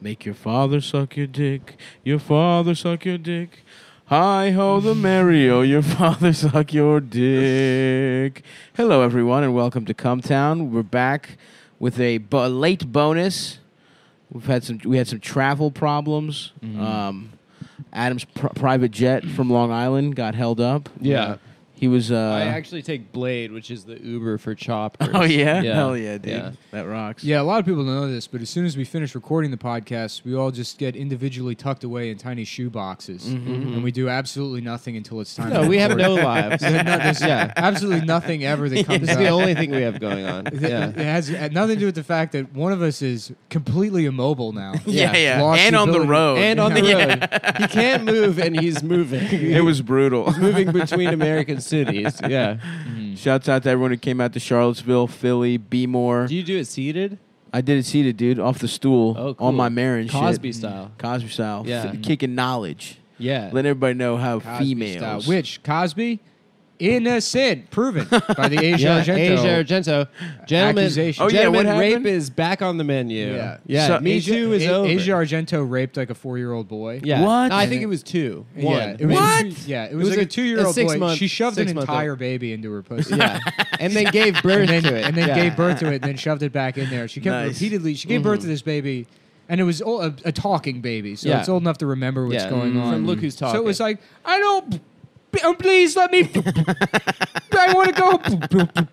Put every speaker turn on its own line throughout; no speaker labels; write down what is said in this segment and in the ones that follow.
Make your father suck your dick. Your father suck your dick. Hi ho the merry oh your father suck your dick. Hello everyone and welcome to Come Town. We're back with a bo- late bonus. We've had some we had some travel problems. Um, Adam's pr- private jet from Long Island got held up.
Yeah.
He was uh,
I actually take Blade, which is the Uber for choppers.
Oh yeah? Hell yeah, dude. That rocks.
Yeah, a lot of people don't know this, but as soon as we finish recording the podcast, we all just get individually tucked away in tiny shoe boxes, and we do absolutely nothing until it's time.
Mm-hmm. No,
to
we have
record.
no lives.
There's no- there's
yeah.
absolutely nothing ever that comes
This is the
up.
only thing we have going on.
It- It
Yeah.
has had nothing to do with the fact that one of us is completely immobile now.
Yeah, yeah.
Lost
And on the
ability-
road.
And on the
Yeah.
road. He can't move and he's moving.
It was brutal.
moving between American cities. Yeah.
Shouts out to everyone who came out to Charlottesville, Philly, Beemore.
Do you do it seated?
I did it seated, dude, off the stool
Oh,
on
cool.
my mare and
Cosby
shit.
style.
Cosby style.
Yeah.
F- kicking knowledge.
Yeah.
Let everybody know how
Cosby style.
females.
Which Cosby, innocent, proven by the Asia
yeah,
Argento.
Asia Argento. Gentlemen,
Accusation.
Oh, yeah, what
gentlemen rape
happened?
is back on the menu.
Yeah.
yeah
So-
Me
Asia,
Too is
A-
over.
Asia Argento raped like a four-year-old boy.
yeah.
What?
No, I think it was two. One.
Yeah, it was,
What?
Yeah, it was, like a two-year-old
six
boy.
month-
she shoved an
six-month-old.
entire baby into her pussy.
Yeah. And then gave birth
and then,
to it.
and then
Yeah. Mm-hmm.
gave birth to it, and then shoved it back in there. She kept
Nice.
repeatedly. She gave birth to this baby, and it was old, a, a talking baby, so
Yeah.
it's old enough to remember what's
Yeah.
going
From
on.
Look Who's
So
Talking.
it was like, I don't. Oh, please let me. I want to go.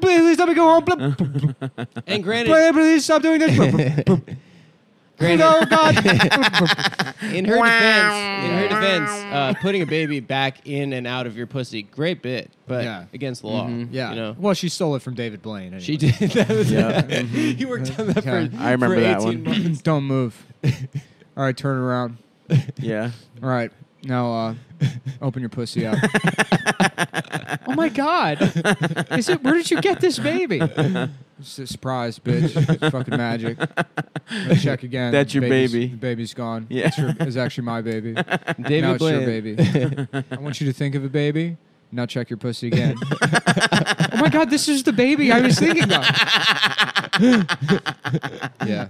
Please let me go home.
And granted,
Please stop doing this.
granted
No, God.
in her defense, in her defense, uh, putting a baby back in and out of your pussy, great bit, but
Yeah.
against the law.
Mm-hmm.
Yeah.
You know?
Well, she stole it from David Blaine. Anyway.
She did. That was
Yeah. Mm-hmm.
he worked on that
Yeah.
for.
I remember
for
that one.
18 months.
Don't move. All right, turn around.
Yeah.
All right, now uh, open your pussy up. oh my God! Is it? Where did you get this baby? It's a surprise, bitch. It's fucking magic. Let me check again.
That's your
Baby's-
baby.
The baby's gone.
Yeah.
it's, your, it's actually my baby.
David
now it's
Blaine.
your baby. I want you to think of a baby. Now check your pussy again. oh my God! This is the baby I was thinking of. yeah.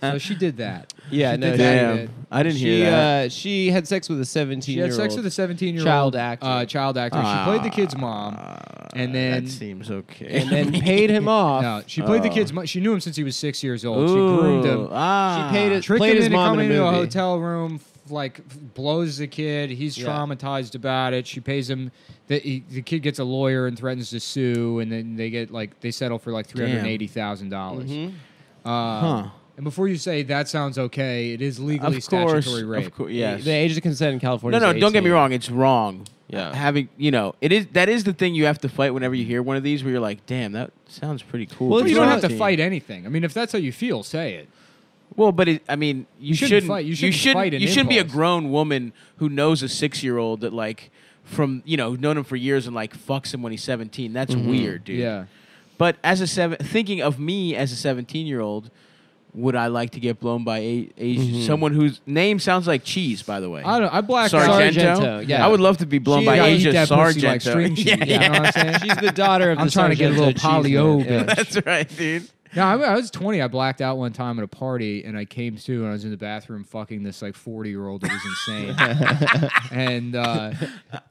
So she did that.
Yeah,
She
no,
did
she
that.
Damn.
did.
I didn't
She,
hear that.
uh, she had sex with a 17
She
year
had
old.
sex with a 17 year old
Child actor.
Uh, child actor. she played the kid's mom.
Ah,
and then-
That seems okay.
and then paid him off. Ah.
No, she played the
Oh.
kid's mom. She knew him since he was six years old.
Ooh,
she groomed him.
Ah.
She paid it-
Tricked
played
him
his
into
mom in a
coming into a
movie.
hotel room, f- like f- blows the kid. He's
Yeah.
traumatized about it. She pays him. The, he, the kid gets a lawyer and threatens to sue, and then they get like they settle for like three hundred eighty thousand
Mm-hmm.
dollars. Uh,
Huh.
And before you say that sounds okay, it is
Of
legally
course.
statutory rape.
Of course. Yes.
The age of consent in California.
No, no,
is
don't get me
18.
wrong. It's wrong.
Yeah.
Having, you know, it is that is the thing you have to fight whenever you hear one of these where you're like, damn, that sounds pretty cool.
Well,
for
But you
You
don't
know
have to
something."
fight anything. I mean, if that's how you feel, say it.
Well, but it, I mean, you,
shouldn't fight- you shouldn't fight an
you shouldn't be a
impulse.
grown woman who knows a six-year-old that like from you know known him for years and like fucks him when he's seventeen. That's weird, dude.
Mm-hmm. Yeah.
But as a seven, thinking of me as a seventeen-year-old, would I like to get blown by a, a someone whose name sounds like cheese? By the way,
Mm-hmm. I don't. I blacked out.
Sargento.
Sargento, yeah.
I would love to be blown
She-
by
Yeah,
Asia Sargento. yeah,
yeah, You know what I'm saying?
She's the daughter of
I'm
the
trying to get a little
Sargento cheese
polio,
man. Yeah.
bitch.
that's right, dude.
No, I, I was 20. I blacked out one time at a party, and I came to, and I was in the bathroom fucking this like 40 year old that was insane, and uh,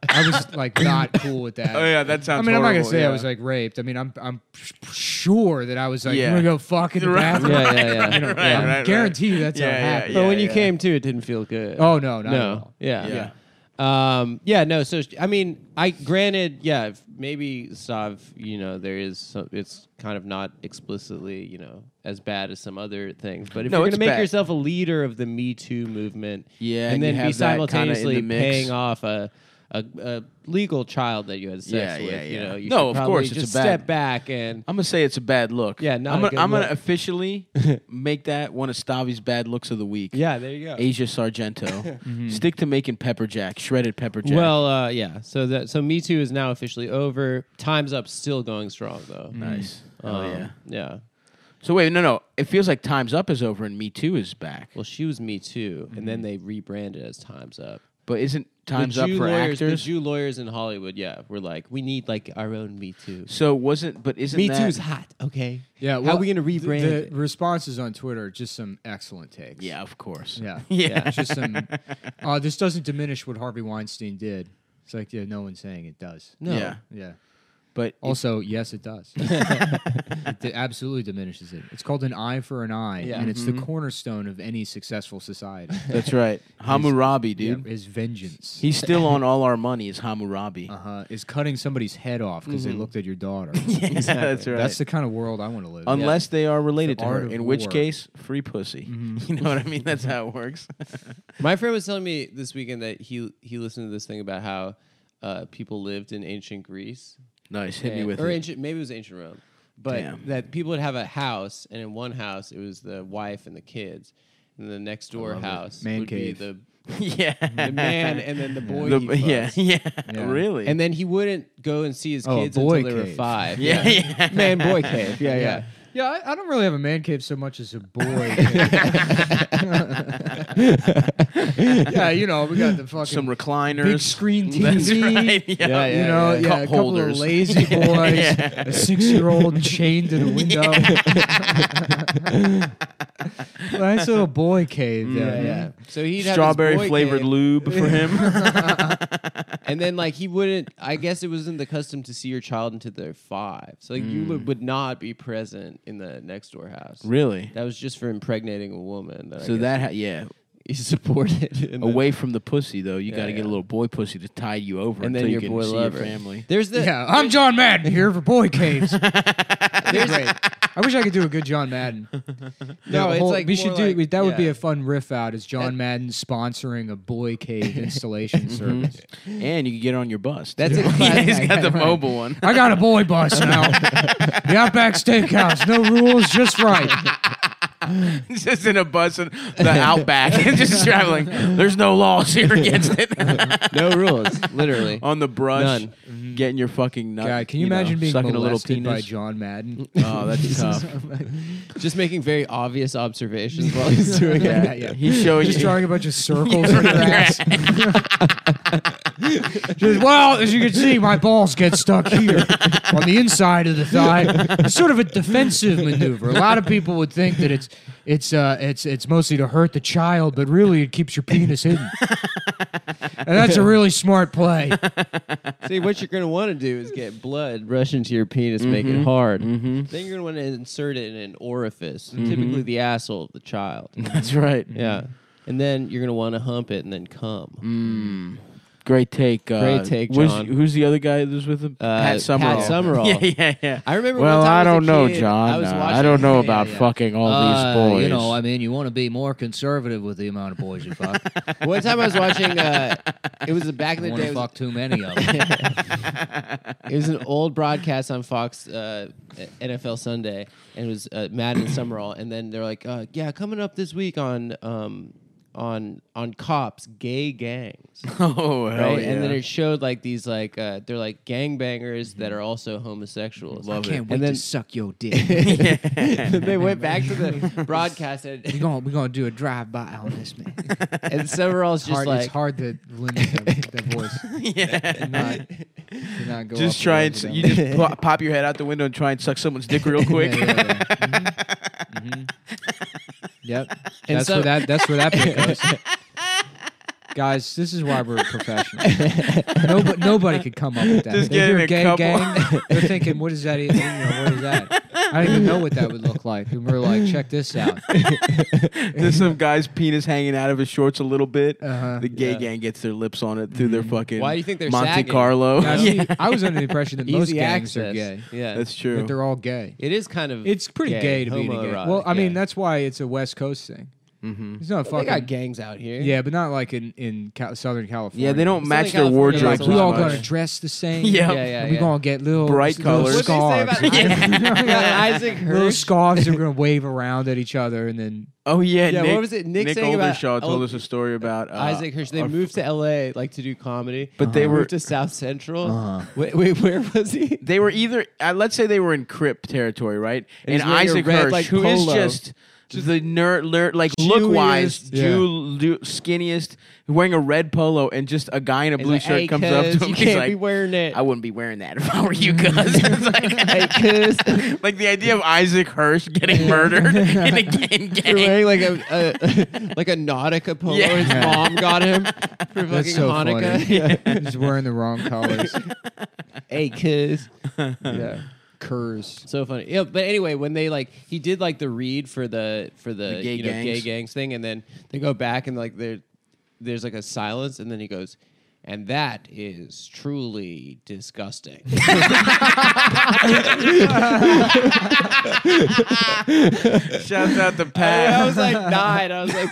I was like not cool with that.
Oh yeah, that sounds.
I mean, I'm not gonna
horrible,
say
yeah.
I was like raped. I mean, I'm I'm sure that I was like,
Yeah.
I'm gonna go fuck in the
Right.
bathroom.
Yeah, yeah, yeah.
You know,
Right,
I
right, right.
guarantee you that's
Yeah,
how it
yeah,
happened.
But when you
yeah.
came to, it didn't feel good.
Oh no, not At
no.
all.
Yeah.
Yeah.
Um, yeah, no. So sh- I mean, I granted, yeah, if maybe Sav, you know, there is some, it's kind of not explicitly, you know, as bad as some other things. But if
No,
you're
it's
gonna make
bad.
yourself a leader of the Me Too movement,
Yeah,
and
and you
then be
have that kinda in the
simultaneously
mix.
paying off a, a a legal child that you had sex
Yeah,
with,
yeah,
you
yeah.
know, you
No,
should
of
probably
course, it's a
just
bad-
step back and
I'm gonna say it's a bad look.
Yeah, not
I'm
a
gonna,
good
I'm
look.
gonna officially make that one of Stavi's bad looks of the week.
yeah, there you go.
Asia Sargento. Stick to making pepper jack, shredded pepper jack.
Well, uh, yeah. So that so Me Too is now officially over. Time's up, still going strong though.
nice.
Um,
oh yeah.
yeah.
So wait, no, no. It feels like Time's Up is over and Me Too is back.
Well, she was Me Too, and then they rebranded as Time's Up.
But isn't time's
the
up
Jew
for
lawyers,
actors?
The Jew lawyers in Hollywood, yeah, we're like, we need like our own Me Too.
so wasn't but isn't
Me
that,
Too's hot, okay?
Yeah.
How are we gonna
th-
rebrand
The,
it?
responses on Twitter, just some excellent takes.
Yeah, of course.
Yeah.
Yeah.
It's just some. Uh, this doesn't diminish what Harvey Weinstein did. It's like yeah, no one's saying it does.
No.
Yeah.
Yeah.
But
Also, yes, it does. it di- absolutely diminishes it. It's called an eye for an eye,
Yeah.
and it's the cornerstone of any successful society.
that's right. Hammurabi,
Yeah,
dude.
is vengeance.
He's still on all our money is Hammurabi.
Uh,
uh-huh, is cutting somebody's head off because they looked at your daughter.
yeah, that's right.
That's the kind of world I want to live. in.
Unless they are related
The
to
art
her,
of
in which
war.
case, free pussy. You know what I mean? That's how it works.
My friend was telling me this weekend that he he listened to this thing about how uh, people lived in ancient Greece,
nice. Hit me
and-
with
or
it.
ancient maybe it was ancient Rome, but
Damn.
that people would have a house, and in one house it was the wife and the kids, and the next door
love it.
house
Man
would
cave.
be the
yeah.
the man and then the boy.
The-
he
yeah,
fucks.
yeah,
Yeah.
Really?
And then he wouldn't go and see his
Oh, a
kids
boy
until they were
cave.
five.
Yeah, yeah.
man, boy cave. Yeah, yeah.
Yeah, I, I don't really have a man cave so much as a boy. cave. yeah, you know, we got the fucking
some recliners,
big screen
That's
TV.
right. Yeah.
Yeah,
you know,
yeah.
yeah,
Cup
a couple
holders.
of lazy boys, a six-year-old chained to the window. nice little boy cave.
Mm-hmm.
there.
Yeah. So he'd have his
Strawberry
boy
flavored
cave,
lube for him.
and then like he wouldn't. I guess it wasn't the custom to see your child until they're five. So like you
Mm.
would, would not be present in the next door house.
really?
That was just for impregnating a woman. That I
So
guess
that, ha- yeah.
he supported in the-
Away from the pussy, though, you
Yeah,
got to get
yeah.
a little boy pussy to tide you over
and
until
then
you
your
can
boy
see
lover.
your family.
There's the
Yeah, I'm John Madden here for boy caves. They're great. I wish I could do a good John Madden.
No,
The
it's
whole-
like
we should
more
do
like-
we- that. Would be
yeah.
a fun riff out is John Madden sponsoring a boy cave
Mm-hmm.
installation service.
And you can get it on your bus.
That's
too.
a
yeah,
classic.
he's got the
Right.
mobile one.
I got a boy bus now. the Outback Steakhouse, no rules, just right.
just in a bus and the outback and just traveling. There's no laws here against it.
no rules, literally.
On the brush, Mm-hmm.
None.
getting your fucking nut.
God, can you,
know,
imagine being
sucking
molested
a little penis?
by John Madden?
Oh, that's tough.
Just making very obvious observations while he's doing
Yeah,
it.
Oh, yeah.
He's showing
Just
you.
drawing a bunch of circles in your ass. Just, well, as you can see, my balls get stuck here on the inside of the thigh. It's sort of a defensive maneuver. A lot of people would think that it's it's uh, it's it's mostly to hurt the child, but really it keeps your penis hidden. And that's a really smart play.
See, what you're gonna want to do is get blood rush into your penis, make it hard. Then you're gonna want to insert it in an orifice, typically the asshole of the child.
That's right.
yeah, and then you're gonna want to hump it and then
Mm.
come.
Great take. Uh,
Great take,
who's-
John.
Who's the other guy that was with him?
Uh,
Pat
Pat
Summerall.
Summerall.
yeah, yeah, yeah.
I remember.
well,
one
I
time as a
don't know,
kid,
John.
I, was
Uh,
watching,
I don't know
Yeah,
about
yeah.
fucking all these boys.
You know, I mean, you want to be more conservative with the amount of boys you fuck.
One time I was watching. Uh, it was a back in the
want
day.
to
It was,
fuck too many of them.
it was an old broadcast on Fox uh, NFL Sunday, and it was uh, Madden Summerall. And then they're like, uh, "Yeah, coming up this week on um, on on cops, gay gangs."
oh, hell
right?
yeah. Mm-hmm.
And then it showed like these like uh, they're like gangbangers that are also homosexuals.
Love
Can't
it.
wait
And then-
to suck your dick.
they went back to the broadcast
we're
and,
gonna we're gonna do a drive by on this man. It's
and Summerall's just
hard,
like
it's hard to limit the, the voice.
yeah.
To not, to not go
Just
up
try
or
and
over
s-
them.
you just pop, pop your head out the window and try and suck someone's dick real quick.
Yeah, yeah, yeah. Mhm. Mhm. Yep. that's
so-
where that that's where that bit goes. Guys, this is why we're professional. nobody, nobody could come up with that.
Just
they hear
getting a
gang
couple.
gang. They're thinking, what is that? even- You know, what is that? I don't even know what that would look like. And we're like, check this out.
There's some guy's penis hanging out of his shorts a little bit.
Uh-huh.
The gay
Uh, Yeah. Mm-hmm.
gang gets their lips on it through their fucking
Why do you think they're
Monte
sagging?
Carlo.
Now,
yeah,
see, I was under the impression that most
easy
gangs
access.
are gay.
Yeah,
that's true.
That they're all gay.
it is kind of
It's pretty gay, to be in a gang.
homoerotic,
Well, I mean,
yeah.
that's why it's a West Coast thing. Mm-hmm. It's not a
Well, they got
fucking
gangs out here.
yeah, but not like in in Cal- Southern California.
yeah, they don't
Southern
match their
California
They're like
wardrobes.
Drugs
we
as
all
much.
gonna dress the same.
Yeah.
yeah, yeah.
and we gonna get little
Bright
little
colors. What'd
scarves.
What did they say about
Yeah.
Isaac
little
Hirsch?
scarves. We're gonna wave around at each other, and then
Oh yeah,
Yeah, what
Nick,
was it Nick
Nick
saying about-
Oldershaw told
oh,
us a story about uh,
Isaac Hirsch. They
our-
moved to L.A. like to do comedy,
But they were- Uh-huh.
moved to South Central. Wait, wait, where was he?
They were either uh, let's say they were in Crip territory, right? And,
And he's wearing a
Isaac
red,
Hirsch,
like,
who is
polo.
just the nerd, ler- like look wise,
Jewiest.
Jew, Jew- skinniest, wearing a red polo, and just a guy in a blue
like,
shirt
"Hey,
comes up to
cuz,
him.
You
He's
can't
like,
be wearing it.
I wouldn't be wearing that if I were you, cuz. It's
hey,
like,
cuz.
like the idea of Isaac Hirsch getting murdered in a gang
You're
gang.
wearing like a, a like a Nautica polo
Yeah.
his mom got him for
That's
fucking
so
Hanukkah.
funny. He's wearing the wrong colors.
hey, cuz.
yeah, curs.
So funny. Yeah, but anyway, when they like he did like the read for the for the,
The gay
you know gay
gangs.
gangs thing, and then they go back and like there there's like a silence, and then he goes, and that is truly disgusting.
Shouts out to
I
Pat.
was like nine. I was like,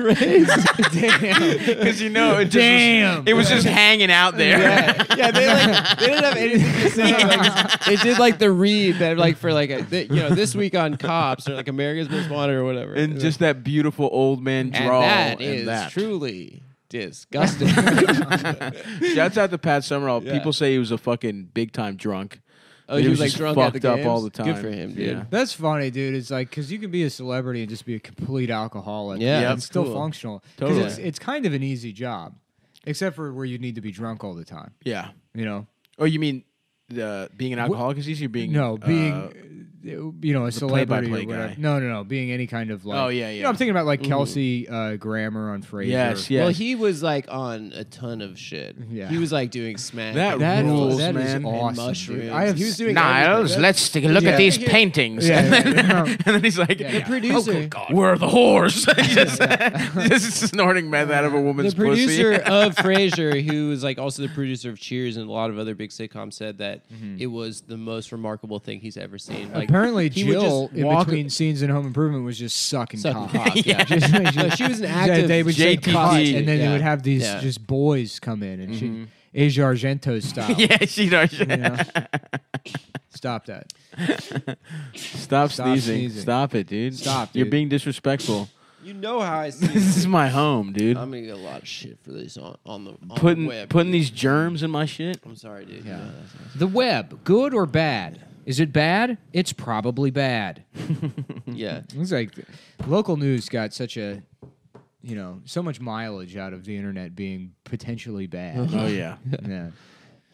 crazy. Damn.
Because you know, it just,
Damn.
Was, it was just hanging out there.
Yeah, yeah, they like they didn't have anything to say. Like, they did like the read that like for like a, th- you know this week on Cops or like America's Most Wanted or whatever.
And just that beautiful old man
and
drawl.
that
and
is
that.
truly disgusting.
Shouts out to Pat Summerall.
Yeah.
People say he was a fucking big time drunk.
Oh, he, was, like
just
drunk
fucked
at the
up
games?
all the time.
Good for him, dude.
Yeah.
That's funny, dude. It's like because you can be a celebrity and just be a complete alcoholic.
Yeah,
and
Yep.
it's still
cool.
functional. 'Cause
Totally.
it's, it's kind of an easy job, except for where you need to be drunk all the time.
Yeah.
You know,
Oh, you mean the being an alcoholic is easy? Or being
no being.
uh,
uh, you know, a celebrity
play-by-play
or whatever.
guy.
No, no, no. Being any kind of like.
Oh, yeah,
You
yeah.
know, I'm thinking about like Kelsey uh, Grammer on Frasier.
yes, yes.
Well, he was like on a ton of shit.
Yeah.
He was like doing smack.
That
and
is-
rules,
that is
man.
awesome. dude.
mushrooms.
I have
He was doing
Niles,
everything.
let's take a look
Yeah.
at these paintings.
Yeah,
and,
yeah,
then,
yeah.
and then he's like,
yeah. The
producer-
oh, good God. we're the whores. just, just snorting meth out of a woman's
the producer
pussy.
of Frasier, who was like also the producer of Cheers and a lot of other big sitcoms, said that it was the most remarkable thing he's ever seen. Like,
Apparently,
he would just
Jill in
walk-
between scenes in Home Improvement was just sucking,
Sucking
cock.
cock, yeah.
Just like she-
No, she was an
yeah,
active
They would say
JTT.
cock, and then they
Yeah.
would have these
Yeah. Mm-hmm.
just boys come in and she, Asia Argento style.
yeah, she does.
you know? Stop that.
Stop,
Stop
sneezing.
sneezing.
Stop it, dude.
Stop,
You're
dude.
being disrespectful.
you know how I
this
see.
is my home, dude.
I'm gonna get a lot of shit for this on, on the on
putting
the web.
putting these germs in my shit.
I'm sorry, dude.
Yeah.
Yeah.
The web, good or bad? Is it bad? It's probably bad.
yeah.
It's like local news got such a, you know, so much mileage out of the internet being potentially bad.
Oh yeah,
yeah.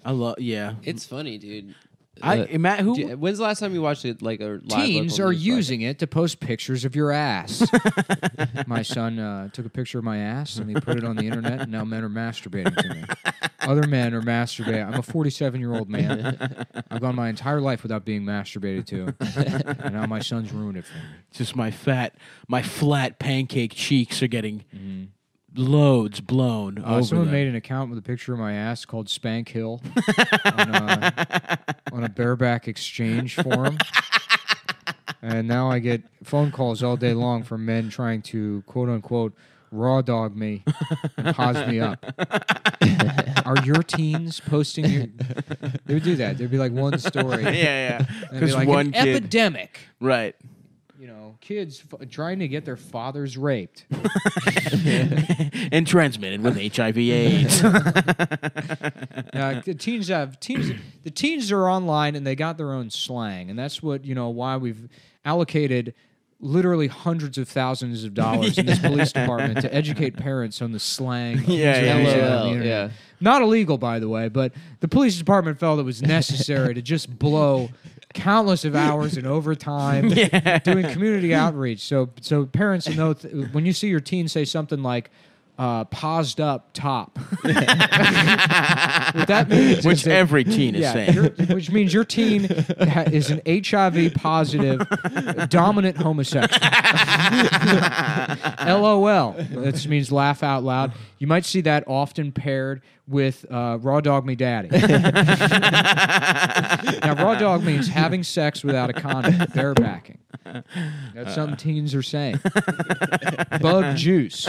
I love. Yeah,
It's funny, dude.
I
Uh,
Matt who.
Do- When's the last time you watched it? Like a live
Teens
local
are
news podcast?
using it to post pictures of your ass. my son uh, took a picture of my ass and he put it on the internet, and now men are masturbating to me. Other men are masturbating. I'm a 47 year old man. I've gone my entire life without being masturbated to, and now my son's ruined it for me.
just my fat, my flat pancake cheeks are getting loads blown
Uh,
over.
someone
them.
made an account with a picture of my ass called Spank Hill on, uh, on a bareback exchange forum. And now I get phone calls all day long from men trying to quote unquote raw dog me and pause me up. Are your teens posting your. They would do that. There'd be like one story.
yeah, yeah,
and it'd be
because
like,
one
"An
kid,
epidemic.
right?
You know, kids f- trying to get their fathers raped.
and transmitted with HIV/AIDS.
Uh, the teens have teens. The teens are online and they got their own slang, and that's what you know why we've allocated literally hundreds of thousands of dollars in this police department to educate parents on the slang. of
Yeah,
these
yeah,
young
yeah.
children on
LOL,
the internet.
yeah.
Not illegal, by the way, but the police department felt it was necessary to just blow countless of hours in overtime doing community outreach. So, so parents know th- when you see your teen say something like. Uh, paused up top. what that means is
which
that-
every teen is saying.
your- which means your teen ha- is an HIV positive dominant homosexual. LOL. That means laugh out loud. You might see that often paired with uh, raw dog me daddy. now, raw dog means having sex without a condom, barebacking. That's something teens are saying. Bug juice,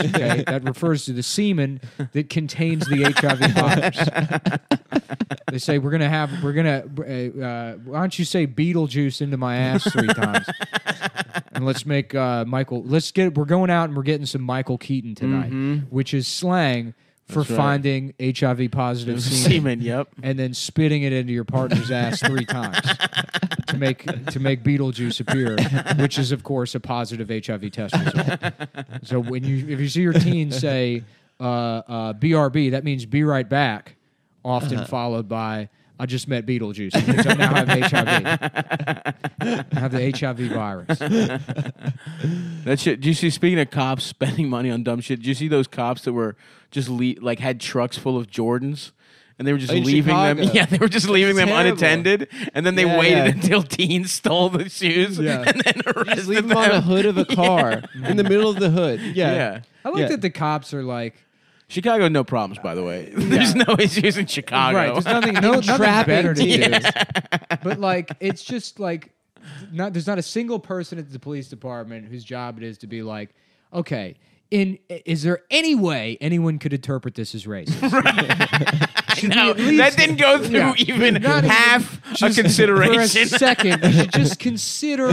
okay, that refers to the semen that contains the HIV virus. They say we're gonna have we're gonna uh, uh, why don't you say Beetlejuice into my ass three times, and let's make uh, Michael. Let's get we're going out and we're getting some Michael Keaton tonight, which is slang for
Mm-hmm. That's right.
finding HIV positive semen
Semen, yep.
and then spitting it into your partner's ass three times to make to make Beetlejuice appear, which is of course a positive HIV test result. So when you if you see your teen say uh, uh, BRB, that means be right back, often followed by I just met Beetlejuice. It means I now have HIV. I have the HIV virus.
That shit. Do you see? Speaking of cops spending money on dumb shit, do you see those cops that were just le- like had trucks full of Jordans? And they were just
Oh,
In
leaving them.
Chicago.
Yeah, they were just leaving them
Terrible.
unattended, and then they
Yeah,
waited
yeah.
until teens stole the shoes,
Yeah.
and then
Just
arrested
leave
them.
them on the hood of a car in the middle of the hood. Yeah.
Yeah.
I like
Yeah.
that the cops are like
Chicago, no problems, by the way. There's no issues in Chicago.
Right. There's nothing, no, nothing
Trapping
better to
teens.
do. But like, it's just like, not there's not a single person at the police department whose job it is to be like, okay, in is there any way anyone could interpret this as racist? Should we
No,
at least-
that didn't go through
Yeah.
even
Not even-
half
just
a
For a
consideration.
second, we should just consider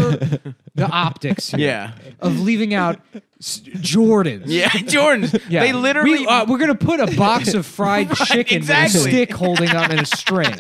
the optics. here
yeah.
Of leaving out s- Jordans.
Yeah, Jordans. They literally
We, uh, we're gonna put a box of fried chicken with
exactly.
a stick holding up in a string,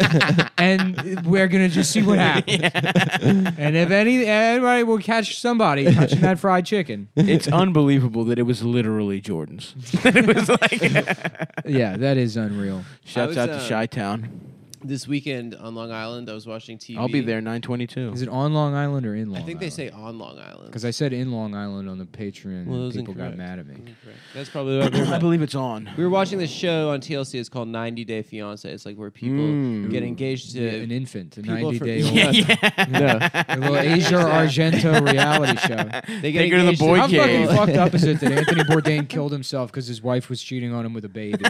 and we're gonna just see what happens. And if any anybody will catch somebody touching that fried chicken,
It's unbelievable that it was literally Jordans. it was like
yeah, that is unreal.
Shouts
was,
out to
uh,
Chi Town.
This weekend on Long Island, I was watching TV.
I'll be there
Is
922.
it on Long Island or in Long?
I think they say on Long Island.
because I said in Long Island on the Patreon,
Well, that
and
was
people
incorrect.
got mad at me.
Incorrect. That's probably what we
I believe it's on.
we were watching this show on TLC. It's called 90 Day Fiance. It's like where people get engaged to
An infant, a
people
ninety
from-
day old,
Yeah,
a little Asia Argento reality show.
They get
Take her to the
engaged
boy
How
Okay.
fucking
cave.
people-
fucked up is it that Anthony Bourdain killed himself because his wife was cheating on him with a baby?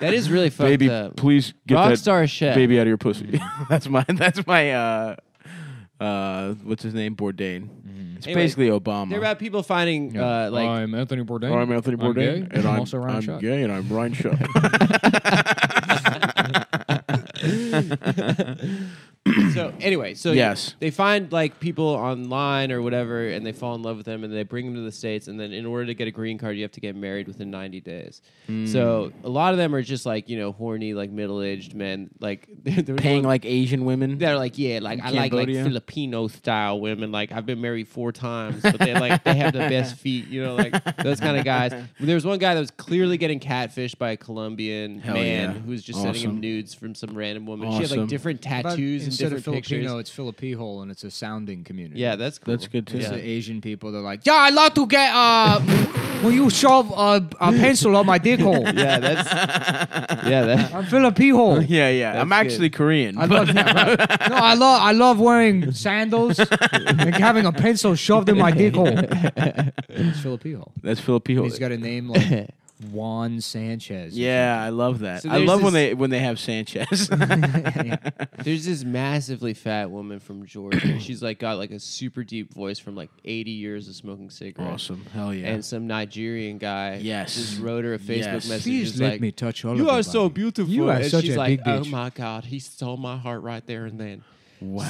That is really fucked
Baby,
up.
please get
Rockstar
that
shit.
baby out of your pussy. that's my that's my uh uh what's his name? Bourdain. It's
Anyway,
basically Obama.
They're about people finding uh, like
I'm Anthony Bourdain.
I'm Anthony
I'm gay,
Bourdain, and I'm,
also Ryan
I'm
Schott.
gay, and I'm Ryan Schott.
so anyway, so
Yes.
they find like people online or whatever, and they fall in love with them, and they bring them to the states, and then in order to get a green card, you have to get married within 90 days.
Mm.
So a lot of them are just like you know horny like middle aged men, like they're, they're
Paying like Asian women.
They're like, yeah, like I like like
Cambodia?
Filipino style women. Like I've been married four times, but they like they have the best feet, you know, like those kind of guys. There was one guy that was clearly getting catfished by a Colombian
Hell
man
yeah.
who was just sending him
Awesome.
nudes from some random woman. She had
Awesome.
like different
About
tattoos and
instead
different
of Filipino,
pictures.
it's Filipino, and it's a sounding community.
Yeah, that's cool.
That's good, too.
It's
Yeah.
the Asian people. They're like, yeah, I like to get. Uh, will you shove a, a pencil on my dick hole?
yeah, that's yeah, that
I'm Filipino.
yeah, yeah. I'm
That's
actually Korean.
I
but-
love that. right. No, I love I love wearing sandals and having a pencil shoved in my dick hole. It's Filipino.
that's Filipino.
He's got a name like Juan Sanchez. or
Yeah, I love that.
So
I
there's
love when
this-
they when they have Sanchez.
there's this massively fat woman from Georgia. She's like got like a super deep voice from like 80 years of smoking cigarettes.
Hell yeah.
And some Nigerian guy
Yes.
just wrote her a Facebook
Yes.
message.
Please
just
let
like,
me touch all of
You
your
are so
body."
beautiful.
You are
and
such
she's
a
like,
big
Oh
bitch."
my God, he stole my heart right there and then.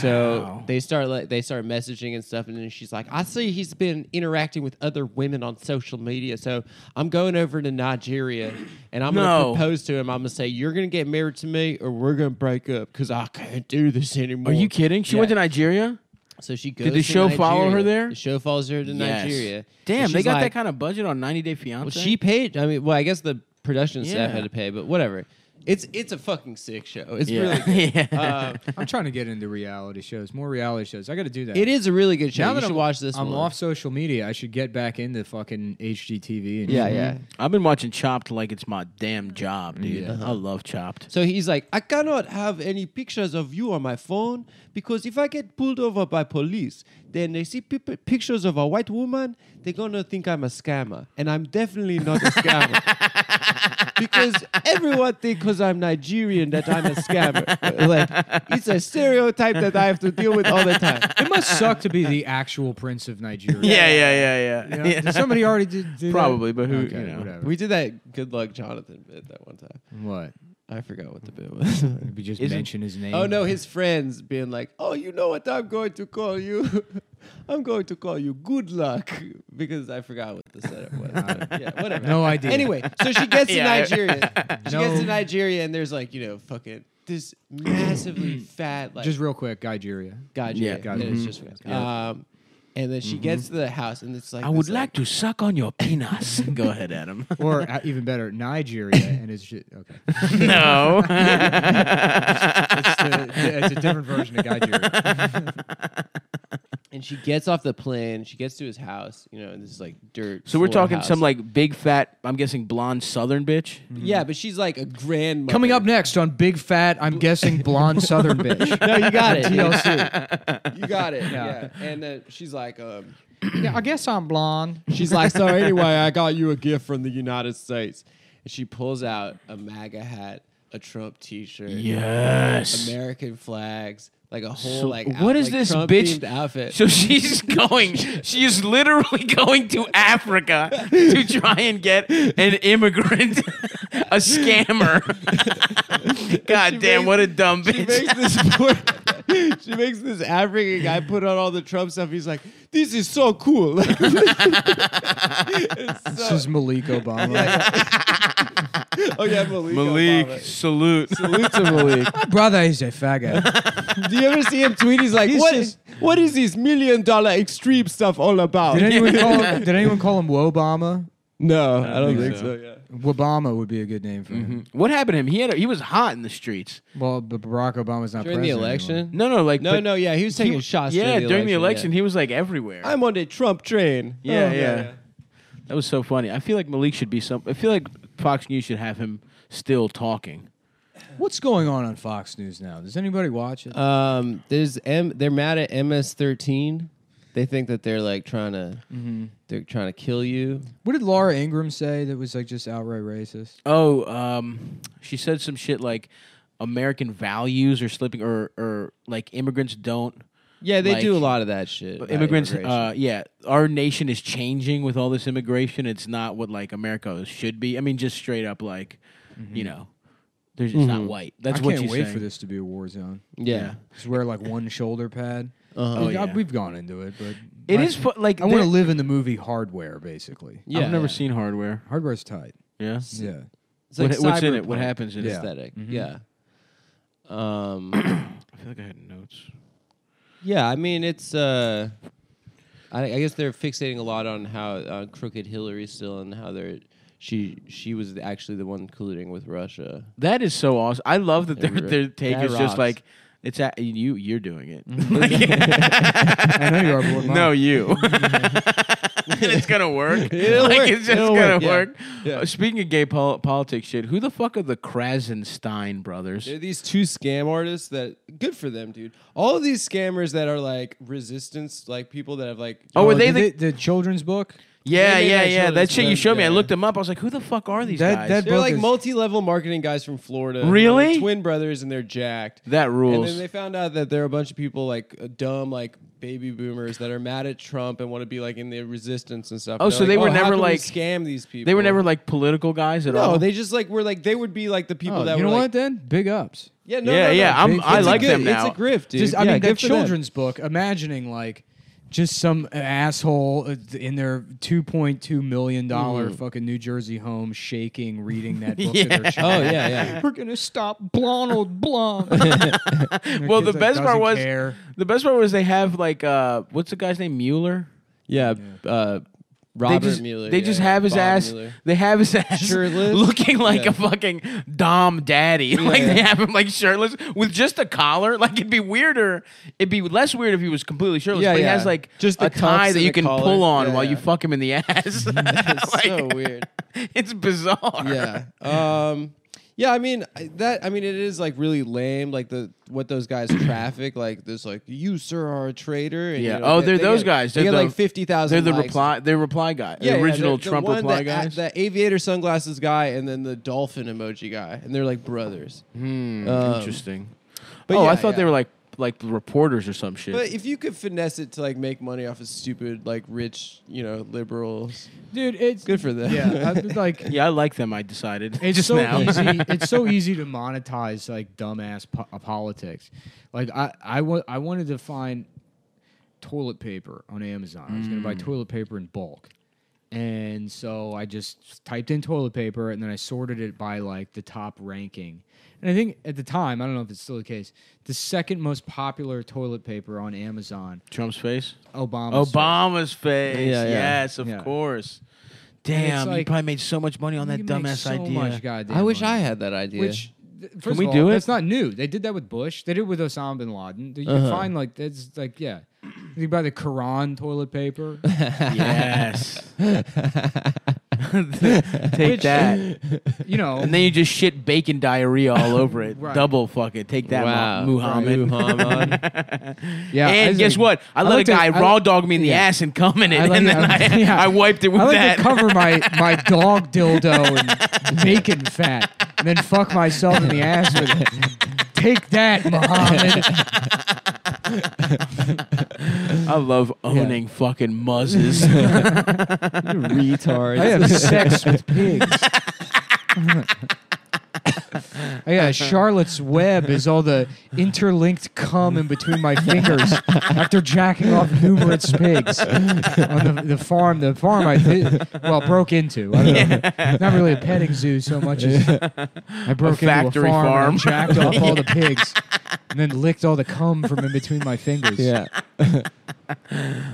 So they start like they start messaging and stuff, and then she's like, "I see he's been interacting with other women on social media, so I'm going over to Nigeria, and I'm
No.
gonna propose to him. I'm gonna say you're gonna get married to me, or we're gonna break up because I can't do this anymore."
Are you kidding? She went to
Yeah.
Nigeria?
So she goes.
Did the
to
show follow her
Nigeria.
there?
The show follows her to
Yes.
Nigeria.
Damn,
And
they
she's
got
like-
that kind of budget on 90 Day Fiance.
well, she paid. I mean, well, I guess the production staff
Yeah.
had to pay, but whatever. It's it's a fucking sick show. It's
Yeah.
really good.
Yeah.
Uh,
I'm trying to get into reality shows, more reality shows. I got to do that.
it is a really good show.
Now
you
that
should
I'm,
watch this
I'm
one.
off social media. I should get back into fucking HGTV. And
Yeah,
shit.
yeah.
I've been watching Chopped like it's my damn job, dude.
Yeah.
I love Chopped.
So he's like, I cannot have any pictures of you on my phone because if I get pulled over by police, then they see pi- pictures of a white woman, they're gonna think I'm a scammer, and I'm definitely not a scammer because everyone thinks because I'm Nigerian that I'm a scammer. like it's a stereotype that I have to deal with all the time.
It must suck to be the actual prince of Nigeria.
Yeah, yeah, yeah,
You
yeah.
know,
yeah.
did somebody already did,
Probably, but who- you know.
whatever.
We did that good luck Jonathan bit that one time.
what?
I forgot what the bit was.
Maybe just
Isn't-
mention his name.
oh no, his friends being like, "Oh, you know what? I'm going to call you. I'm going to call you good luck because I forgot what the setup was. yeah, whatever.
No idea.
Anyway, so she gets
Yeah, I-
to Nigeria. She gets
No.
to Nigeria, and there's like you know fucking this massively fat like
just real quick, Nigeria.
gotcha.
Yeah, Mm-hmm.
and
gotcha.
it's just um, and then she gets to the house, and it's like
I would
this,
like to suck on your penis. Go ahead, Adam.
Or uh, even better, Nigeria, and it's just okay.
no.
It's a, it's a different version of Nigeria.
and she gets off the plane. She gets to his house, you know, and this is like dirt.
so we're
floor
talking
house.
some like big fat, I'm guessing blonde southern bitch.
yeah, but she's like a grandmother.
Coming up next on Big Fat, I'm guessing blonde Southern bitch.
No, you got it.
TLC.
You got it. Yeah.
Yeah.
And then she's like, um,
Yeah, I guess I'm blonde.
she's like, so anyway, I got you a gift from the United States. And she pulls out a MAGA hat, a Trump T-shirt,
Yes.
American flags, like a whole
So
like.
what is
like,
this
Trump-themed
bitch-
outfit?
So she's going, she is literally going to Africa to try and get an immigrant, a scammer. God
She
damn,
makes-
what a dumb
she
bitch.
makes this poor, she makes this African guy put on all the Trump stuff. He's like, this is so cool. Like, it's
This
so-
is Malik Obama.
oh yeah, Malik.
Malik,
Obama.
salute.
Salute to Malik.
My brother is a faggot.
Do you ever see him tweet? He's like,
He's
"What
just-
is what is this million dollar extreme stuff all about?
Oh,
Did anyone call him, did anyone call him Wobama?
no, I don't
think
think
so.
so. yeah.
Wobama would be a good name for him.
What happened to him? He had a, he was hot in the streets.
Well, but Barack Obama's not
During the
president
election?
No, no, like
No,
but
no, yeah, he was taking shots.
Yeah, during the election,
yeah. Oh,
he was like everywhere.
I'm on the Trump train.
yeah, yeah, That was so funny. I feel like Malik should be some. I feel like Fox News should have him still talking.
anymore. What's going on on Fox News now? Does anybody watch it?
Um, there's M. They're mad at MS13. They think that they're like trying to, they're trying to kill you.
what did Laura Ingram say that was like just outright racist?
Oh, um, she said some shit like American values are slipping, or or like immigrants don't.
Yeah, they do a
Like-
lot of that shit. about
immigrants,
immigration.
uh, yeah, our nation is changing with all this immigration. It's not what like America should be. I mean, just straight up like, you know, there's it's not white. That's
I
what
can't
she's
wait
saying.
for this to be a war zone.
yeah.
Just wear like one shoulder pad.
Uh-huh.
We've
Oh,
got-
yeah.
We've gone into it, but
It
my-
is fu- like
I want
there-
to live in the movie Hardware, basically.
yeah.
I've never seen Hardware.
Hardware's tight.
Yeah.
Yeah.
It's like
What- what's in it? What
cyberpunk
happens in it?
aesthetic? Yeah. Um.
I feel like I had notes.
yeah, I mean it's. Uh, I, I guess they're fixating a lot on how uh, crooked Hillary still and how they're she she was actually the one colluding with Russia.
That is so awesome. I love that their,
Everywhere.
their take
That
is
rocks. Mm-hmm.
just like it's at you. You're doing it.
I know you are, but
no, you. and it's gonna work.
It'll
like
work.
it's just
It'll
gonna
work, yeah.
work.
Yeah.
Uh, speaking of gay pol- politics shit, who the fuck are the Krasenstein brothers?
They're these two scam artists that good for them, dude. All of these scammers that are like resistance, like people that have like
Oh, were they
did
the-
the children's book?
yeah,
they made
yeah,
that
yeah.
show
That
that's
shit you
them,
showed me. I
yeah.
looked them up. I was like, who the fuck are these
That-
guys?
that-
they're like
Brothers.
multi-level marketing guys from Florida.
Really?
They're twin brothers and they're jacked.
that
And
rules.
then they found out that there are a bunch of people like uh, dumb, like baby boomers that are mad at Trump and want to be like in the resistance and stuff.
Oh,
And they're
so they were
"Oh, how
never,
can we
like-
scam these people.
They were never like political guys at all.
No, they just like were like they would be like the people
Oh,
that
you
were
know
like
what? Then big ups.
yeah no
Yeah,
no, no.
yeah, I'm- I
It's a
like
good-
them now.
It's a grift, dude.
Just, I
Yeah,
mean,
good
that
for them.
children's book. Imagining like just some asshole uh, in their 2.2 million dollar fucking New Jersey home, shaking, reading that book. to
Yeah.
their child.
Oh, yeah, yeah.
We're gonna stop Blonald Blonde.
well, the best part was
Care.
the best part was they have like uh, what's the guy's name? Mueller.
Yeah, uh, Robert
they just,
Mueller.
They
yeah,
just have his
Bob
ass.
Mueller.
They have his ass
Shirtless?
looking like
Yeah.
a fucking dom daddy. like they have him like shirtless with just a collar. Like it'd be weirder. It'd be less weird if he was completely shirtless.
Yeah,
but he
yeah.
has like
Just the
a tie
cuffs
that
and
you
the
can
collar.
pull on
Yeah,
while you
yeah.
fuck him in the ass.
It's
Like,
so weird.
It's bizarre.
Yeah. Um. Yeah, I mean I- that. I mean, it is like really lame. Like the what those guys traffic. Like this, like you sir are a traitor. And,
Yeah.
you know,
Oh,
they-
they're
they
those
get-
guys.
They
They're
get
the-
like fifty thousand.
They're the reply. They're reply guy.
Yeah,
the
yeah,
original
the- the
Trump
one
reply
that-
guys.
The aviator sunglasses guy, and then the dolphin emoji guy, and they're like brothers.
Hmm,
Um,
interesting.
but
oh, I
yeah,
thought they
yeah.
were like like reporters or some shit.
But if you could finesse it to like make money off of stupid like rich you know liberals,
dude. It's
good for them.
Yeah, I'd be like
yeah, I like them. I decided
It's
just
so
now.
easy. It's so easy to monetize like dumbass po- uh, politics. Like I, I, wa- I wanted to find toilet paper on Amazon. I was going to
Mm.
buy toilet paper in bulk, and so I just typed in toilet paper and then I sorted it by like the top ranking. And I think at the time, I don't know if it's still the case, the second most popular toilet paper on Amazon,
Trump's face.
Obama.
Obama's face.
Yeah, yeah.
Yes, of
Yeah.
course.
it's
Damn, you
like-
probably made so much money on that dumbass
so
idea.
Much goddamn
I wish
money.
I had that idea.
Which, th- first
we
of all,
do it?
That's not new. They did that with Bush. They did it with Osama bin Laden. You
Uh-huh.
can find like that's like yeah. You buy the Quran toilet paper.
yes. Take that.
You know,
And then you just shit bacon diarrhea all over it.
Right.
Double fuck it. Take that,
wow,
Mu- Muhammad.
Muhammad.
yeah. I
and
was
guess
like-
what? I,
I
let a
like to-
guy
I-
raw dog me in the ass and cum in it,
I like
and
to-
then I,
yeah.
I wiped it with
I like
that.
to cover my my dog dildo and bacon fat, and then fuck myself in the ass with it. Take that, Muhammad.
I love owning fucking muzzes.
Retard.
I have sex with pigs. I got Charlotte's Web is all the interlinked cum in between my fingers after jacking off numerous pigs on the, the farm. The farm I vi- well broke into. I don't know. Not really a petting zoo so much as I broke into a
factory
farm,
farm.
And jacked off all the pigs and then licked all the cum from in between my fingers.
Yeah. oh,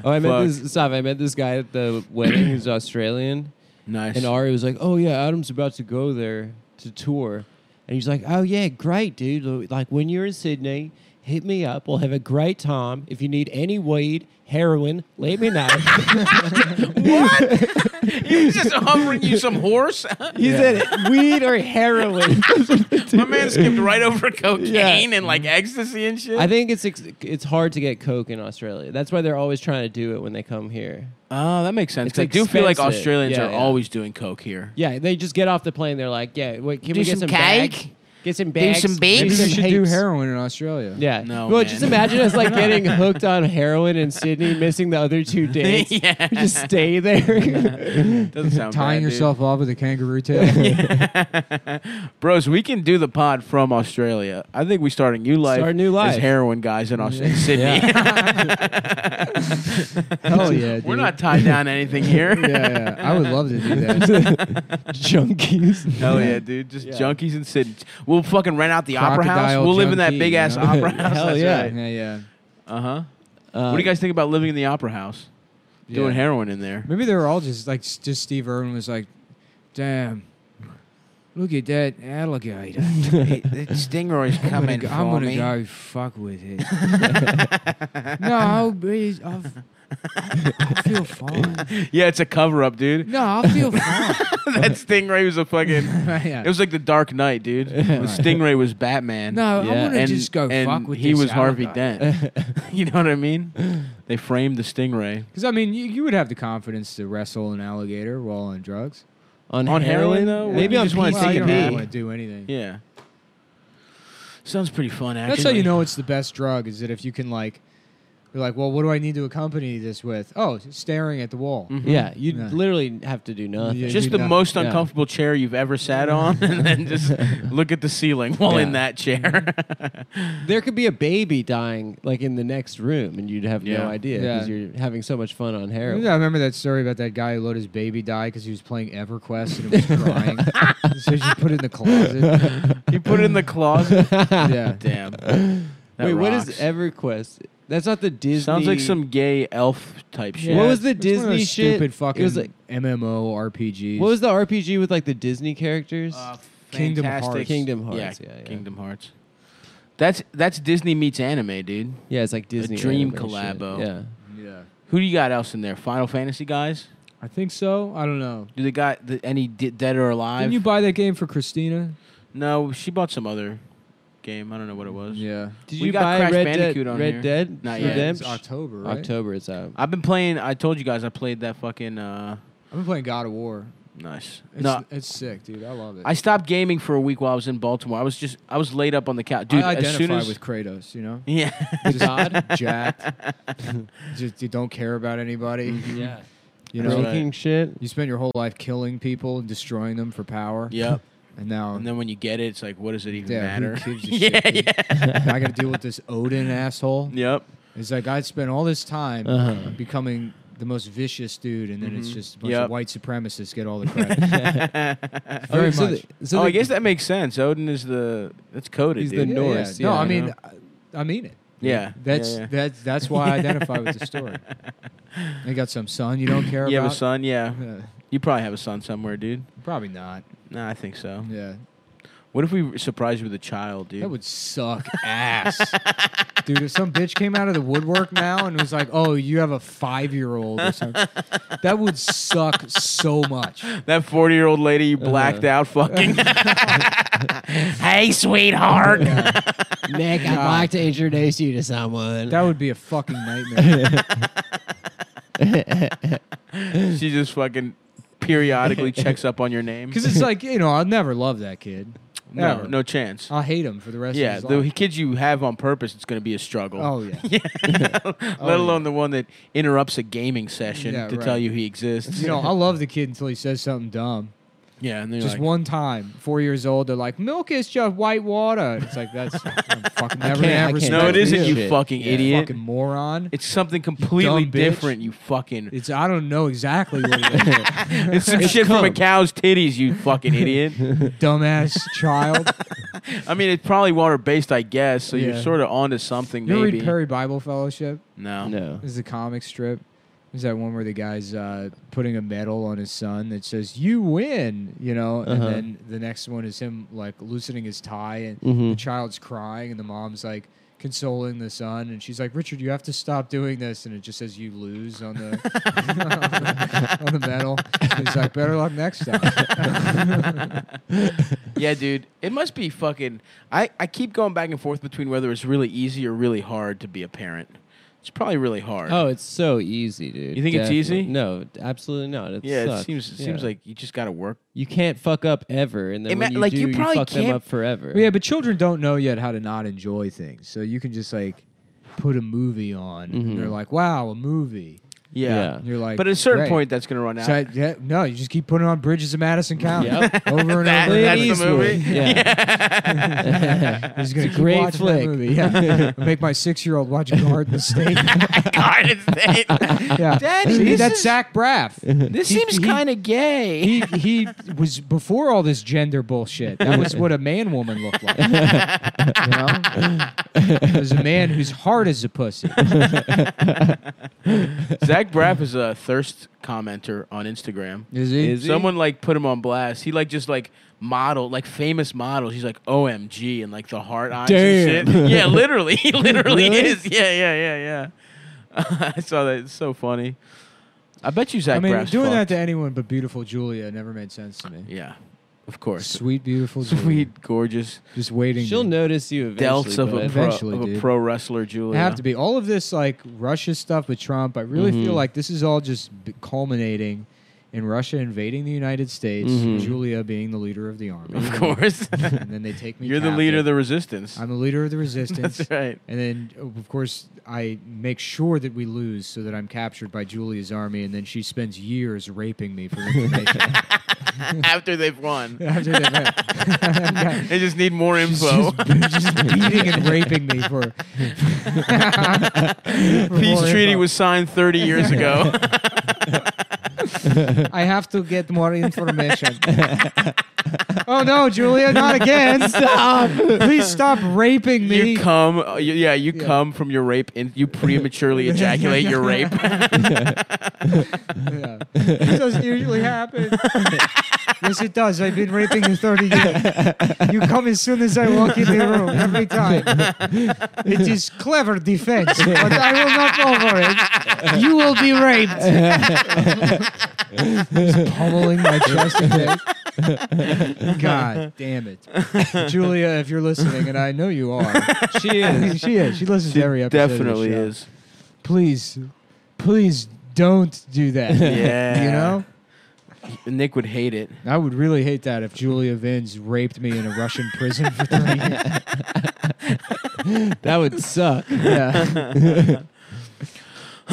I met
Fuck.
this. Stop! I met this guy at the wedding who's Australian,
nice.
and Ari was like, "Oh yeah, Adam's about to go there to tour," and he's like, "Oh yeah, great, dude! Like when you're in Sydney." Hit me up. We'll have a great time. If you need any weed, heroin, let me know.
He's just offering you some horse.
he said weed or heroin.
My man skipped right over cocaine
Yeah.
and like ecstasy and shit.
I think it's ex- it's hard to get coke in Australia. That's why they're always trying to do it when they come here.
oh, that makes sense.
It's
I do feel like
expensive.
Australians
Yeah,
are
yeah.
always doing coke here.
Yeah, they just get off the plane. They're like, "Yeah, wait, can
Do
we get
some
some bag?
cake?
Get some bags.
some bakes?
Maybe
get
you
some
should do
heaps."
heroin in Australia.
Yeah.
No,
Well,
man.
just imagine us like getting hooked on heroin in Sydney, missing the other two days.
Yeah.
We just stay there.
Doesn't sound
Tying
bad, dude.
yourself off with a kangaroo tail.
Bros, we can do the pod from Australia. I think we start a new life.
Start a new life.
As heroin guys in Aus- in Sydney.
Hell yeah,
We're
dude.
not tied down to anything here.
yeah, yeah. I would love to do that.
Junkies.
Hell yeah, dude. Just
Yeah.
junkies in Sydney. We'll fucking rent out the opera house.
Crocodile
We'll live in that
junkie,
big ass
you know?
opera house.
Hell
That's
yeah.
right.
yeah, yeah.
Uh huh. what do you guys think about living in the opera house? Doing
Yeah.
heroin in there.
Maybe they were all just like, s- just Steve Irwin was like, "Damn, look at that alligator. I'm
Stingray's
gonna, go, I'm gonna go fuck with it. no, I'll be, I'll, I'll feel fine.
Yeah, it's a cover up, dude.
No, I'll feel fine.
that Stingray was a fucking.
Yeah.
It was like the Dark Knight, dude. When Stingray was Batman.
no,
Yeah,
I want to
and,
just go
and
fuck with.
he
this
was Harvey
alligator.
Dent. you know what I mean? They framed the Stingray
Because I mean, you, you would have the confidence to wrestle an alligator while on drugs.
on heroin though.
Oh, Maybe
you
on
just wanna
Well,
take
you
a
don't
pee.
want to do anything.
Yeah. Sounds pretty fun, actually.
That's how you know it's the best drug. Is that if you can like, you're like, well, what do I need to accompany this with? Oh, staring at the wall.
Yeah, you
Yeah.
literally have to do nothing.
Yeah.
Mm-hmm. Just
you
the
know.
most
Yeah.
uncomfortable chair you've ever sat on, and then just look at the ceiling while in
Yeah.
that chair.
There could be a baby dying like in the next room, and you'd have
Yeah.
no idea because
Yeah.
you're having so much fun on
I
heroin.
remember that story about that guy who let his baby die because he was playing EverQuest and it was crying. so he just put it in the closet.
you put it in the closet.
yeah.
Damn. That
Wait, what is
rocks.
EverQuest? That's not the Disney.
Sounds like some gay elf type shit.
Yeah. What was the
It's one of
Disney
those
shit?
Stupid fucking
It was like-
MMO RPGs.
What was the RPG with like the Disney characters?
Uh,
Kingdom
Fantastic-
Hearts.
Kingdom Hearts, yeah, yeah.
Kingdom Hearts. That's that's Disney meets anime, dude.
yeah, it's like Disney.
Dream
anime shit.
collabo.
Yeah.
yeah.
Who do you got else in there? Final Fantasy guys?
I think so. I don't know.
Do they got the, any d- dead or alive?
Didn't you buy that game for Christina?
no, she bought some other game. I don't know what it was.
Yeah.
Did
We
you
got
buy
Crash
Red
Bandicoot
Dead?
on
Red
here.
Dead
Not yet.
It's
Redemption?
October, right?
October it's out.
I've been playing. I told you guys I played that fucking. Uh,
I've been playing God of War.
Nice.
It's,
no,
it's sick, dude. I love it.
I stopped gaming for a week while I was in Baltimore. I was just I was laid up on the couch, dude.
I
as soon
identify
as
with Kratos, you know?
yeah,
Just
God?
jacked. just you don't care about anybody.
Yeah.
You know?
Mm-hmm. Right.
Drinking shit.
You spent your whole life killing people and destroying them for power.
yep.
And now
And then when you get it, it's like, what does it even
yeah,
matter?
who gives a
yeah,
shit? dude?
yeah.
Now I got to deal with this Odin asshole.
Yep.
It's like I'd spent all this time
Uh-huh.
becoming the most vicious dude, and then it's
Mm-hmm.
just a bunch
Yep.
of white supremacists get all the credit. Very
Okay, so
much.
the- so
oh,
the-
I guess that makes sense. Odin is the that's coded.
He's the
dude.
Yeah,
Norse,
No,
yeah,
I
you
mean,
know?
I, I mean it.
Yeah.
That's
yeah, yeah.
that's that's why I identify with the story. They got some son you don't care
You have a
about.
son, yeah.
Uh,
You probably have a son somewhere, dude.
probably not.
Nah, I think so.
Yeah,
What if we surprise you with a child, dude?
that would suck ass, dude. If some bitch came out of the woodwork now and was like, "Oh, you have a five-year-old," or something, that would suck so much.
That forty-year-old lady
Uh-huh.
you blacked out, fucking. hey, sweetheart.
Nick, I'd like to introduce you to someone.
That would be a fucking nightmare.
she just fucking periodically checks up on your name.
Because it's like, you know, I'll never love that kid.
No,
Never.
no chance.
I'll hate him for the rest
yeah,
of his
the
life.
kids you have on purpose, it's going to be a struggle.
Oh, yeah.
Let
yeah.
alone the one that interrupts a gaming session
Yeah,
to
right.
tell you he exists.
you know, I'll love the kid until he says something dumb.
yeah, and they're
Just
like,
one time, four years old, they're like, milk is just white water. It's like, that's I'm fucking never
can't-
gonna
I
have
can't
respect
"No, it
for
isn't,
you,
you
Shit.
fucking
Yeah.
idiot.
fucking moron.
it's something completely
bitch.
different, you fucking.
It's, I don't know exactly what it is.
It's some shit from a cow's titties, you fucking idiot.
Dumbass child.
I mean, it's probably water based, I guess. So
Yeah.
you're sort of onto something,
You ever
maybe.
read Perry Bible Fellowship?
no.
no.
This is a comic strip. Is that one where the guy's uh, putting a medal on his son that says "You win," you know, and
Uh-huh.
then the next one is him like loosening his tie, and
Mhm.
the child's crying, and the mom's like consoling the son, and she's like, "Richard, you have to stop doing this," and it just says "You lose" on the on the medal. He's like, "Better luck next time."
Yeah, dude, it must be fucking. I, I keep going back and forth between whether it's really easy or really hard to be a parent. It's probably really hard.
Oh, it's so easy, dude.
You think it's easy?
No, absolutely not. It
yeah,
sucks.
it seems it
Yeah.
seems like you just got to work.
you can't fuck up ever, and then
Ima-
when you
like,
do,
you
you,
probably
fuck them
can't-
up forever.
yeah, but children don't know yet how to not enjoy things, so you can just like put a movie on,
Mhm.
and they're like, "Wow, a movie."
Yeah,
Yeah.
And you're like,
Mm-hmm. but at a certain
"Great."
point, that's gonna run out.
So I- yeah, no, you just keep putting on Bridges of Madison County
Yep.
over and
That-
over.
that's the
Eastwood.
movie.
Yeah.
He's
It's
gonna
a
keep
great
watching that
flick.
movie. Yeah, make my six-year-old watch Garden State.
Garden State.
Yeah,
Daddy,
See,
this
that's
is-
Zach Braff.
This
He-
seems
he-
kind of gay.
He he was before all this gender bullshit. That was what a man woman looked like. You know, it was a man whose heart is a pussy.
Zach Braff is a thirst commenter on Instagram.
Is he?
Is he?
Someone like put him on blast. He like just like model, like famous models. He's like OMG and like the heart eyes and
Damn.
shit. Yeah, literally. He literally
Really?
is. Yeah, yeah, yeah, yeah. I saw that. It's so funny. I bet you Zach
I mean,
Braff's
doing that
fucked.
to anyone but beautiful Julia never made sense to me.
Yeah, of course.
Sweet, beautiful, Julia.
Sweet, gorgeous
just waiting.
She'll
to-
notice you eventually.
delts of a
bud.
pro,
Eventually,
of a
dude.
pro wrestler,
I
Julia.
have to be. All of this like Russia stuff with Trump, I really
Mm-hmm.
feel like this is all just b- culminating in Russia invading the United States,
Mm-hmm.
Mhm.
Julia being the leader of the army.
Of course.
and then they take me.
You're the leader of
captive.
the resistance.
I'm the leader of the resistance.
That's right.
And then, uh, of course, I make sure that we lose so that I'm captured by Julia's army, and then she spends years raping me for information.
After they've won.
After that, yeah.
They just need more
She's
info.
just, she's beating and raping me for, for
Peace
more
treaty
info.
was signed 30 years ago.
I have to get more information. oh no, Julia, not again! Stop! Please stop raping me.
you come, uh, you- yeah, you
Yeah.
come from your rape, and you prematurely ejaculate your rape.
Yeah. This doesn't usually happen. yes, it does. I've been raping you 30 years. You come as soon as I walk in the room every time. It is clever defense, but I will not over it. You will be raped. Just pummeling my chest again. God damn it. Julia, if you're listening, and I know you are,
she is.
she is. She listens to every episode. of the
Definitely
show.
is.
Please, please don't do that.
Yeah.
You know?
Nick would hate it.
I would really hate that if Julia Vins raped me in a Russian prison for three years.
that would suck.
Yeah.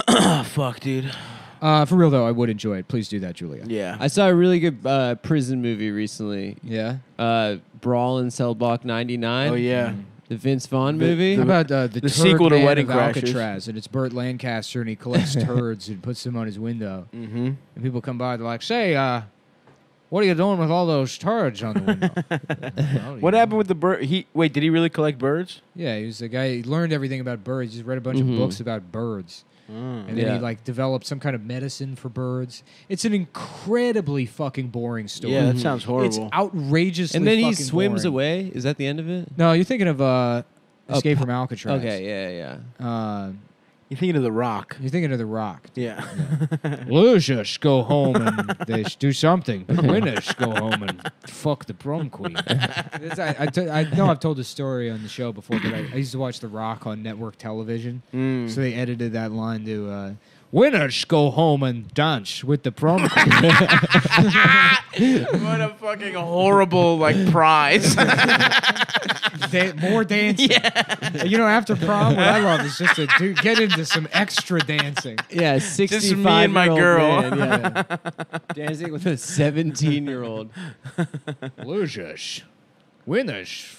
Oh fuck, dude.
Uh, for real though, I would enjoy it. Please do that, Julia.
Yeah.
I saw a really good uh, prison movie recently.
Yeah.
Uh, Brawl in Cell Block 99.
oh yeah.
The Vince Vaughn
The-
movie.
How about uh, the,
The
turd
sequel to
man
Wedding
of
Crashers.
Alcatraz, and it's Burt Lancaster, and he collects turds and puts them on his window.
Mm-hmm.
And people come by, they're like, "Say, uh, what are you doing with all those turds on the window?" Well, you
What
know.
happened with the bird? He wait. Did he really collect birds?
Yeah, he was the guy. He learned everything about birds. He just read a bunch
Mhm.
Mm-hmm.
of books about birds, and then
Yeah.
he like developed some kind of medicine for birds. It's an incredibly fucking boring story.
Yeah, that sounds horrible.
It's outrageously.
and then he
fucking
swims
boring.
away. Is that the end of it?
No, you're thinking of uh,
Oh,
Escape
po-
from Alcatraz.
Okay, yeah,
Uh,
You're thinking of the Rock.
you're thinking of The Rock.
Yeah.
Losers go home and they sh- do something. But winners go home and fuck the prom queen. This- I, I t- I know I've told this story on the show before, but I, I used to watch The Rock on network television.
Mm.
So they edited that line to uh, winners go home and dance with the prom queen.
what a fucking horrible like prize.
Da- more dancing. You know, after prom, what I love is just to do, get into some extra dancing.
yeah. Yeah, 65
Just me and my girl.
Man, yeah. Dancing with a 17 year old.
Losers, winners.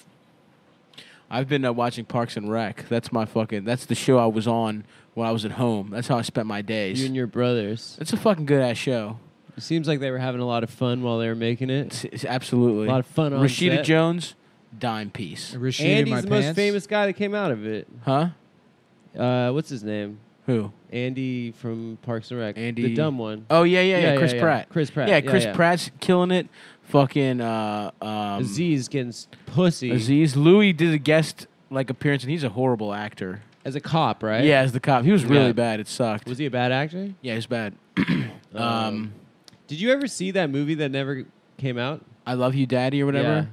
I've been uh, watching Parks and Rec. That's my fucking. That's the show I was on when I was at home. That's how I spent my
You
days.
and your brothers.
It's a fucking good ass show.
It seems like they were having a lot of fun while they were making it.
It's, it's absolutely
A lot of fun on
Rashida
set.
Jones, dime piece.
Rashida,
And
my
he's the most
pants.
famous guy that came out of it.
Huh?
Uh, what's his name?
Who?
Andy from Parks and Rec.
Andy-
the dumb one.
Oh yeah, yeah, yeah.
Yeah,
Chris
yeah, yeah.
Pratt.
Chris Pratt.
Yeah,
Yeah,
Chris
yeah.
Pratt's killing it. Fucking uh, um,
Aziz getting s- pussy
Aziz. Louis did a guest like appearance, and he's a horrible actor.
as a cop, right?
Yeah, as the cop, he was really
Yeah.
bad. It sucked.
Was he a bad actor?
yeah, he's bad. um,
Did you ever see that movie that never came out?
I love you, Daddy, or whatever.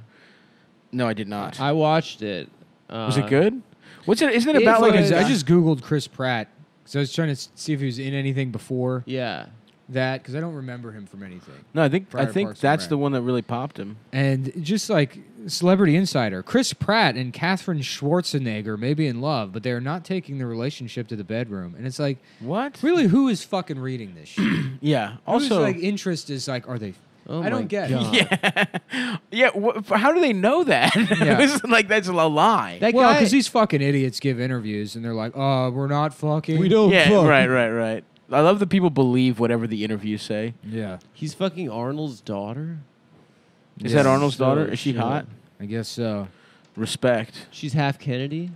No, I did not.
I watched it. Uh,
was it good? What's it? Isn't it
It's
about like?
like-
a-
I just googled Chris Pratt because I was trying to s- see if he was in anything before
Yeah.
that because I don't remember him from anything.
no, I think I
Prior
think
Parks and
that's
Rec.
the one that really popped him.
And just like Celebrity Insider, Chris Pratt and Katherine Schwarzenegger may be in love, but they are not taking the relationship to the bedroom. And it's like,
What?
really, who is fucking reading this? Shit?
Yeah.
Who's,
Also,
like interest is like, are they?
Oh
I
my
don't get. it.
God.
yeah, yeah. wha- how do they know that?
Yeah.
It was like that's a lie.
That
Well,
guy-
because these fucking idiots give interviews and they're like, "Uh, we're not fucking.
We don't
yeah,
fuck.
right, right, right. I love that people believe whatever the interviews say.
Yeah,
He's fucking Arnold's daughter.
Is
Yeah.
that Arnold's
So
daughter? Is she
shit.
hot?
I guess so.
Respect.
She's half Kennedy.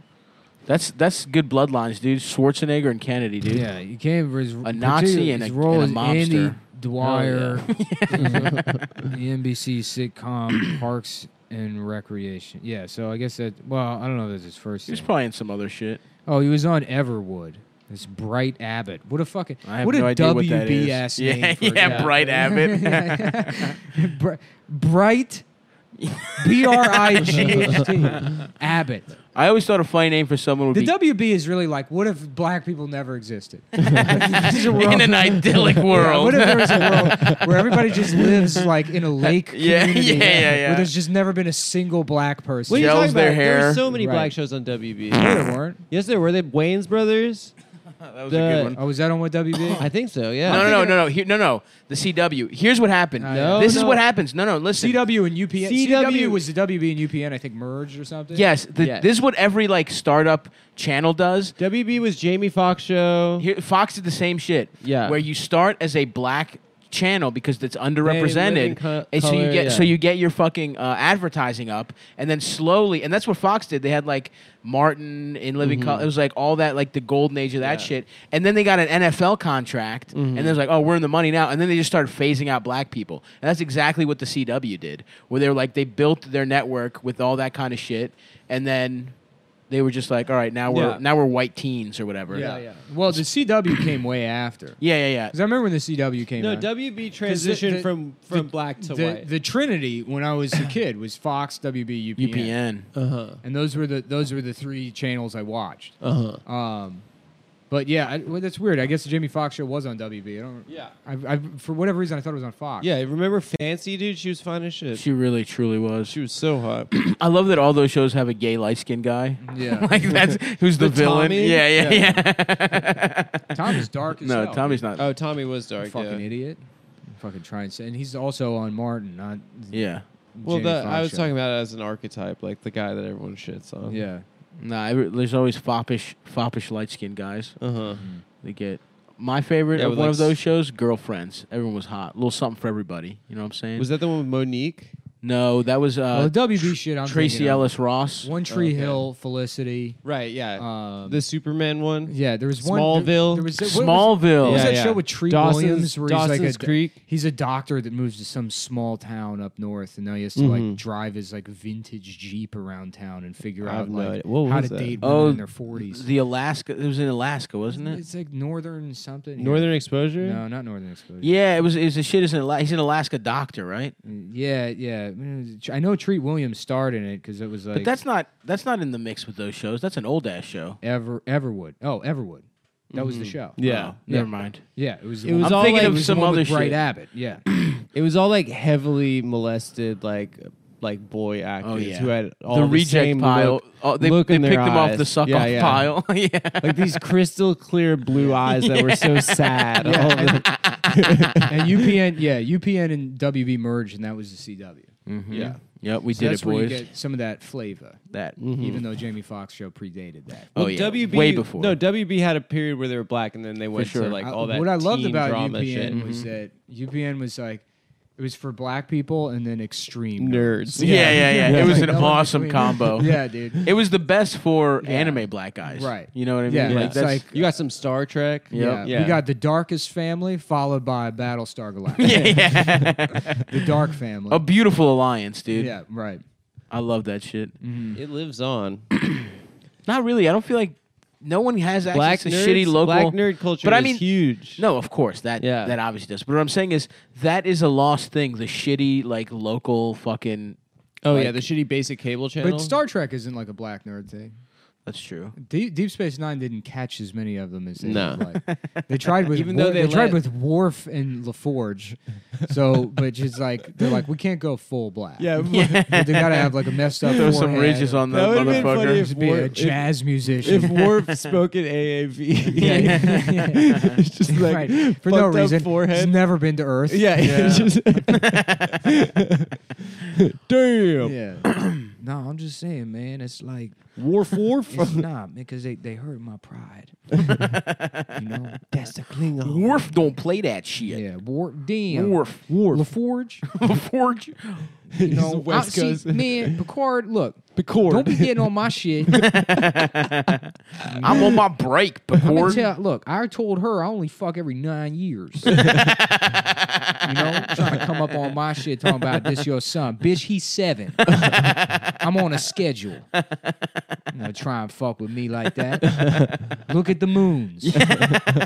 That's that's good bloodlines, dude. Schwarzenegger and Kennedy, dude.
Yeah, you can't. His,
A Nazi and
his
a-
role
and a
as Andy
mobster. Oh,
Dwyer, in the NBC sitcom Parks and Recreation. Yeah, so I guess that. Well, I don't know. if That's his first.
He was
Thing.
probably in some other shit.
oh, he was on Everwood. This Bright Abbott. What a fucking.
I have
what
no
a
idea what
WB
that is.
ass
Yeah,
name. for a
yeah,
guy.
Bright Abbott.
Br- Bright. B R I G H T. Abbott.
I always thought a funny name for someone would
The
be
WB is really like, what if black people never existed?
in an idyllic
Yeah,
world.
what if there was a world where everybody just lives like in a lake?
Yeah,
community
yeah, yeah, yeah.
Where there's just never been a single black person.
What do you Gels their
There
hair.
were so many
Right.
black shows on WB.
No, there weren't.
yes, there were. They Wayne's Brothers.
that was
the-
a good one.
Oh, was that on what WB?
I think so. Yeah.
No, no, no, no, no. Here, no, no. The CW. Here's what happened.
No,
this is
no.
what happens. No, no. Listen.
CW and UPN.
CW.
CW, was the WB and UPN, I think, merged or something.
Yes, the,
Yes.
This is what every like startup channel does.
WB was Jamie Foxx show.
Here, Fox did the same shit.
Yeah.
Where you start as a black channel because it's underrepresented,
living co-
and so you
color,
get
yeah.
so you get your fucking uh, advertising up, and then slowly, and that's what Fox did. They had like Martin in Living Color. It was like all that, like the golden age of that
Mm-hmm. Yeah. Mm-hmm.
shit, and then they got an NFL contract, and it was like, oh, we're in the money now, and then they just started phasing out black people, and that's exactly what the CW did, where they were like they built their network with all that kind of shit, and then. They were just like, all right, now we're
Yeah.
now we're white teens or whatever.
Yeah, yeah. Well, the CW came way after.
Yeah, yeah,
Because I remember when the CW came
No,
out.
WB
'Cause the-
transitioned
the-
from
the-
from black to
the,
white.
The Trinity, when I was a kid, was Fox, WB,
yeah. UPN.
uh huh. Uh-huh.
and those were the those were the three channels I watched.
Uh huh.
Um, But yeah, I, well, that's weird. I guess the Jamie Foxx show was on WB. I don't.
Yeah.
I, I, for whatever reason, I thought it was on Fox.
Yeah, remember Fancy, dude? She was fine as shit. She,
She really, truly was.
was so hot.
I love that all those shows have a gay light skinned guy.
Yeah.
like that's who's the,
The
villain.
Tommy?
Yeah, yeah, yeah.
Tom is dark as
no,
hell.
Tommy's not.
oh, Tommy was dark.
fucking
yeah.
idiot. Fucking try and say, and he's also on Martin, not
yeah.
Well,
Jamie
the, I
Foxx
was
show.
talking uh, about it as an archetype, like the guy that everyone shits on.
Yeah,
Nah, every, there's always foppish, foppish light skinned guys.
Uh huh.
They get my favorite
Yeah,
of
with,
one
like,
of those shows, Girlfriends. Everyone was hot. A little something for everybody. You know what I'm saying?
Was that the one with Monique?
no, that was uh,
well, the WB shit. I'm
Tracy
thinking of.
Ellis Ross.
One
Oh,
Tree
Okay.
Hill, Felicity.
Right. Yeah.
Um,
the Superman one.
yeah, there was one. There,
Smallville.
there was, what was-
Smallville.
What was
Yeah,
that
yeah.
show with Tree
Dawson's-
Williams? Where he's like a,
Dawson's Creek.
He's a doctor that moves to some small town up north, and now he has to like drive his like vintage jeep around town and figure
Mm-hmm. I
out
have no
like
idea. What
how
was
to
that?
date women
Oh,
in their forties.
The Alaska. It was in Alaska, wasn't it?
It's like northern something.
Northern Exposure.
No, not northern exposure.
Yeah, it was. Is the shit is in Alaska? He's an Alaska doctor, right?
Yeah, yeah. I mean, it was- I know Treat Williams starred in it because it was like
But that's not that's not in the mix with those shows. That's an old ass show.
Ever Everwood. Oh, Everwood. That was the show.
Mm-hmm. Yeah.
Oh, never mind.
yeah. It was.
It was
I'm
all
thinking
like-
of
it was
some
one
other
with Bright
shit.
Abbott. Yeah.
It was all like heavily molested, like like boy actors
Oh yeah,
who had all
the
the,
reject
same
pile.
Look,
oh, they
look
they
in their
picked them off the
eyes.
suck
Yeah,
off
yeah.
pile. yeah,
Like these crystal clear blue eyes that were so sad. All the-
and UPN. Yeah. UPN and WB merged, and that was the CW.
yeah.
yep, we
So
did
that's
it,
where you
boys.
get some of that flavor.
that.
Mm.
Even though Jamie Foxx show predated that.
Oh
Well,
yeah,
WB,
way before.
No, WB had a period where they were black, and then they went
sure.
to like
I-
all that.
what I loved
teen
about
drama
UPN
shit.
was that UPN was like it was for black people and then extreme
Mm-hmm. nerds.
yeah, yeah, yeah.
Yeah.
It was
Like,
an
no one
awesome
between.
combo.
Yeah, dude.
It was the best for anime black guys.
Right.
You know what I mean?
Yeah,
Like,
it's
that's,
like-
You got some Star Trek.
Yeah.
Yeah.
Yeah.
We got the darkest family followed by Battlestar Galactica.
yeah, yeah.
The dark family.
a beautiful alliance, dude.
yeah, right.
I love that shit.
It lives on.
Not really. I don't feel like no one has access
Black
to
nerds-
shitty local
black nerd culture
But I
is
mean,
huge.
No, of course that
Yeah.
that obviously does. But what I'm saying is that is a lost thing. The shitty like local fucking.
Oh
Like-
yeah, the shitty basic cable channel.
But Star Trek isn't like a black nerd thing.
That's true.
Deep, Deep Space Nine didn't catch as many of them as they
No.
would like. They tried with
Even though
Wor-
they
tried
let-
with Worf and LaForge, so but just like they're like we can't go full black.
yeah,
But they gotta have like a messed up.
Throw some
forehead.
ridges on the
That would've been funny
motherfucker.
if-
Just be a
Worf-
jazz musician.
if Warp spoke in AAV, it's just like
right. For
fucked
no
up
reason. He's
Forehead.
never been to Earth.
yeah, it's just- damn.
Yeah. no, I'm just saying, man. It's like
Warf,
it's
warf.
not because they, they hurt my pride. you know?
That's the Klingon.
Worf don't play that shit.
Yeah. War damn.
Worf.
LaForge.
Forge.
You know,
the West
I- see,
Coast.
man, Picard, look.
Picard.
Don't be getting on my shit. I'm
I'm on my break,
gonna
Picard.
tell, look, I told her I only fuck every nine years. you know, trying to come up on my shit talking about this your son. Bitch, he's seven. I'm on a schedule. You know, try and fuck with me like that. Look at the moons.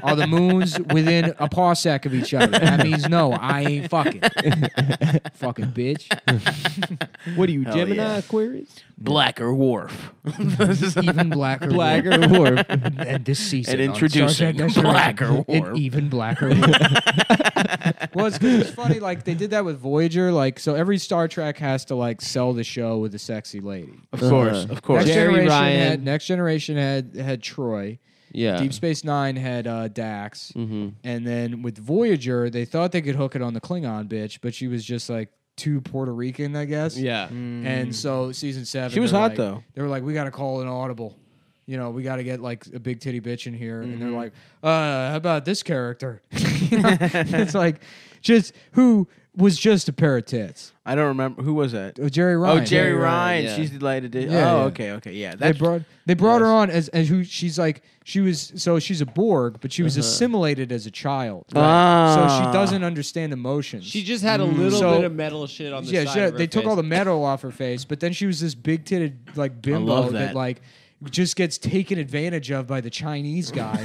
Are the moons within a parsec of each other? That means no, I ain't fucking. fucking bitch.
What are you,
Hell
Gemini
yeah.
Aquarius?
Blacker Worf.
Even blacker.
Black
wood.
or Warp?
and this season
And
on Star
introducing
Trek Restoration,
Blacker Orb.
an even blacker orb. well it's, 'cause it's funny like they did that with voyager like so every star trek has to like sell the show with a sexy lady
Of course, of course.
next
Jerry
generation
Ryan.
had next generation had had troy
Yeah. Mm-hmm.
deep space nine had uh, dax
Mm.
and then with voyager they thought they could hook it on the klingon bitch but she was just like too puerto rican i guess
Yeah.
and so season seven,
Mm. She was
they were
hot,
like-
though.
They were like, we got to call an audible. You know, we got to get like a big titty bitch in here, and
Mm-hmm.
they're like, uh, how about this character? You know? it's like, just who was just a pair of tits?
I don't remember who was that.
Oh, Jerry Ryan.
oh, Jerry, Ryan.
yeah.
She's delighted. To,
Yeah,
oh,
yeah.
okay, okay, yeah.
They
That's
brought they brought her on as, as who she's like she was so she's a Borg but she was assimilated as a child so
Uh-huh. Ah.
she doesn't understand emotions
She just had a little
Mm. So-
bit of metal shit on the
yeah,
side.
she-
of her
they took all the
face.
metal off her face, but then she was this big titted like bimbo
love
that.
that.
like just gets taken advantage of by the Chinese guy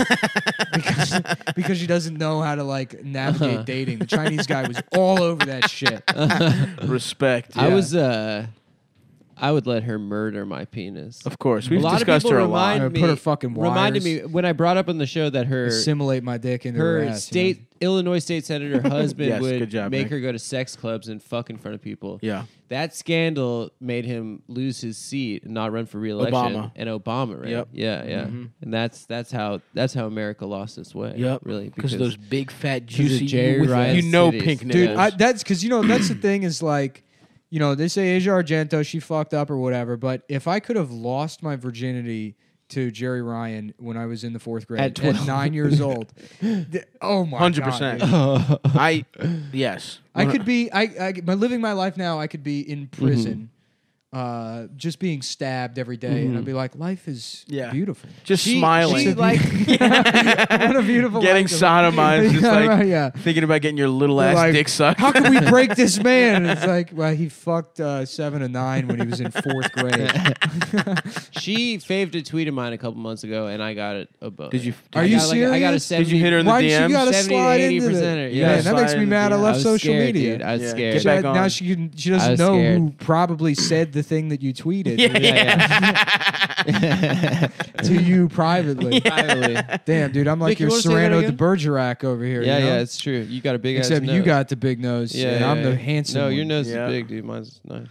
because, because she doesn't know how to like navigate
Uh-huh.
dating. The Chinese guy was all over that shit.
respect.
I
yeah.
was uh I would let her murder my penis.
Of course, we've
a lot
discussed
of
her
people
a
remind
lot.
Uh,
me.
put her fucking
reminded me
wires.
when I brought up on the show that her
assimilate my dick into
her
her ass, you know?
state Illinois state senator husband
Yes,
would
good job,
make
Nick.
her go to sex clubs and fuck in front of people.
Yeah.
That scandal made him lose his seat and not run for reelection.
Obama.
and Obama, right?
Yep.
Yeah, yeah.
Mm-hmm.
And that's that's how that's how America lost its way. really,
Because those big fat
of
juicy
Jerry
with-
Ryan's
You know,
titties.
pink
dude.
nipples.
I, that's because you know that's the thing is like, you know, they say Asia Argento she fucked up or whatever. But if I could have lost my virginity to Jerry Ryan when I was in the fourth grade
At
at,
12.
nine years old, th- oh my,
Hundred
God, dude.
percent. I yes.
I could be I, I by living my life now I could be in
Mm-hmm.
prison. Uh, just being stabbed every day, and I'd be like, "Life is
Mm-hmm. Yeah.
beautiful.
just
She-
smiling,
she like-
what a beautiful
getting
life to live."
sodomized, just
Yeah,
like
right, yeah.
thinking about getting your little ass
Like,
dick sucked.
How can we break this man? And it's like, well, he fucked uh, seven and nine when he was in fourth grade.
she faved a tweet of mine a couple months ago, and I got it a boner.
Did you-
I
Are you
got Like, I got a
serious?
Did you hit her in the
Why did she
DMs?
gotta
70 to
slide into
80%,
the,
you
Yeah,
gotta
that makes
slide
me
in
mad.
the
I
DM.
left
I was
social
scared,
media.
Dude. I was
Yeah.
scared.
Get
She-
back
Now
on.
she can, she
I
doesn't
was
know who
scared.
probably said the thing that you tweeted
yeah,
to you privately.
Privately.
Damn, dude, I'm like
Nick, you
your
wanna say that
Serrano de
again?
Bergerac over here.
yeah,
you know?
yeah, it's true. You got a big
Except
ass
you
nose.
got the big nose,
Yeah,
and
yeah,
I'm
yeah.
the handsome.
No,
one.
your nose
Yeah.
is big, dude. Mine's nice.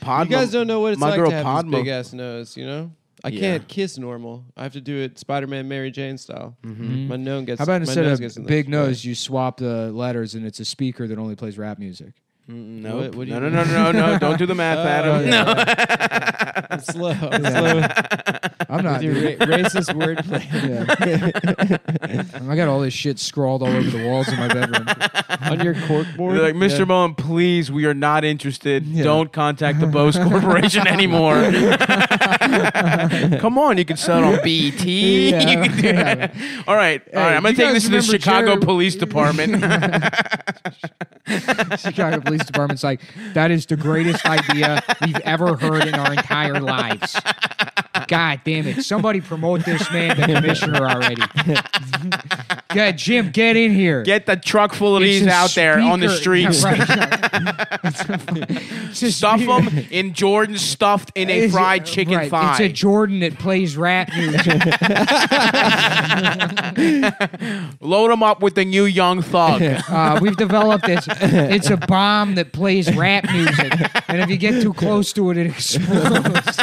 Podma.
You guys don't know what it's
my
like
girl
to have
Podma.
this big ass nose, you know? I
Yeah.
can't kiss normal. I have to do it Spider-Man, Mary Jane style. My nose gets.
Mm-hmm. How about
my
instead
nose
of
gets in the
big
way.
nose, you swap the letters, and it's a speaker that only plays rap music.
No,
What- what do
no,
you
no,
mean?
no, no, no, Don't do the math,
Oh,
Adam.
yeah.
No.
I'm slow. I'm
I'm not.
slow. Your
dude.
ra- racist wordplay
Yeah. I got all this shit scrawled all over the walls of my bedroom.
on your corkboard.
They're like, Mr.
Yeah.
Mullen, please, we are not interested.
Yeah.
Don't contact the Bose Corporation anymore. Come on, you can sell it on BET.
Yeah,
You can do
yeah.
it. All right, all right.
Hey,
I'm gonna
do you
take
guys
this to the
remember
Chicago
Jerry-
Police Department.
Chicago Police Department's like, that is the greatest idea we've ever heard in our entire lives. God damn it. Somebody promote this man to commissioner already. God, Jim, get in here.
Get the truck full of
It's
these
a
out there on the
speaker- Yeah,
streets.
right. It's a
Stuff
speaker.
them in Jordan, stuffed in a
It's-
fried chicken
right.
thigh.
It's a Jordan that plays rap music.
Load them up with the new Young Thug.
Uh, we've developed this. It's a bomb that plays rap music, and if you get too close to it, it explodes.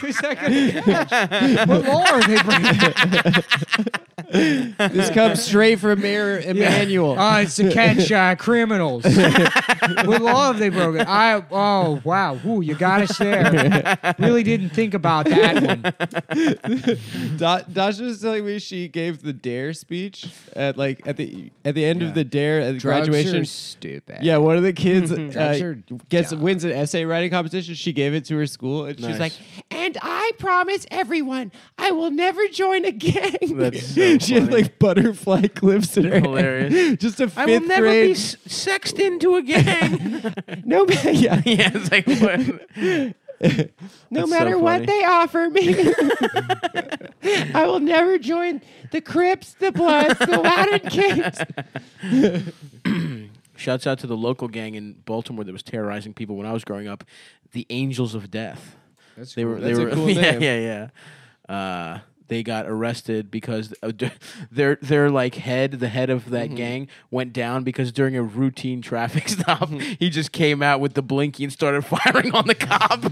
Who's that gonna- what law are they bringing?
This comes straight from Mayor Emanuel.
Oh, it's to catch uh, criminals. what law have they broken? I oh wow, Ooh, you got us there. Really didn't think about that one.
Da- Dasha was telling me she gave the dare speech at like at the at the end of the dare at the graduation.
stupid.
Yeah, one of the kids
Mm-hmm.
uh,
are
gets
dumb.
wins an essay writing competition. She gave it to her school, and
Nice.
she's like, "And I promise everyone, I will never join a gang."
That's so
she had
funny.
like butterfly clips in her. hand.
Hilarious.
Just a fifth
I will never
grade.
be s- sexed into a gang.
no, ma- yeah,
yeah, it's like what?
no
That's so
matter
funny.
what they offer me, I will never join the Crips, the Bloods, the Latin Kings.
Shouts out to the local gang in Baltimore that was terrorizing people when I was growing up, the Angels of Death.
That's
they were
That's
they
a
were
cool
yeah,
name.
yeah yeah uh, they got arrested because uh, d- their their like head the head of
Mm-hmm.
that gang went down because during a routine traffic stop
Mm-hmm.
he just came out with the blinky and started firing on the cop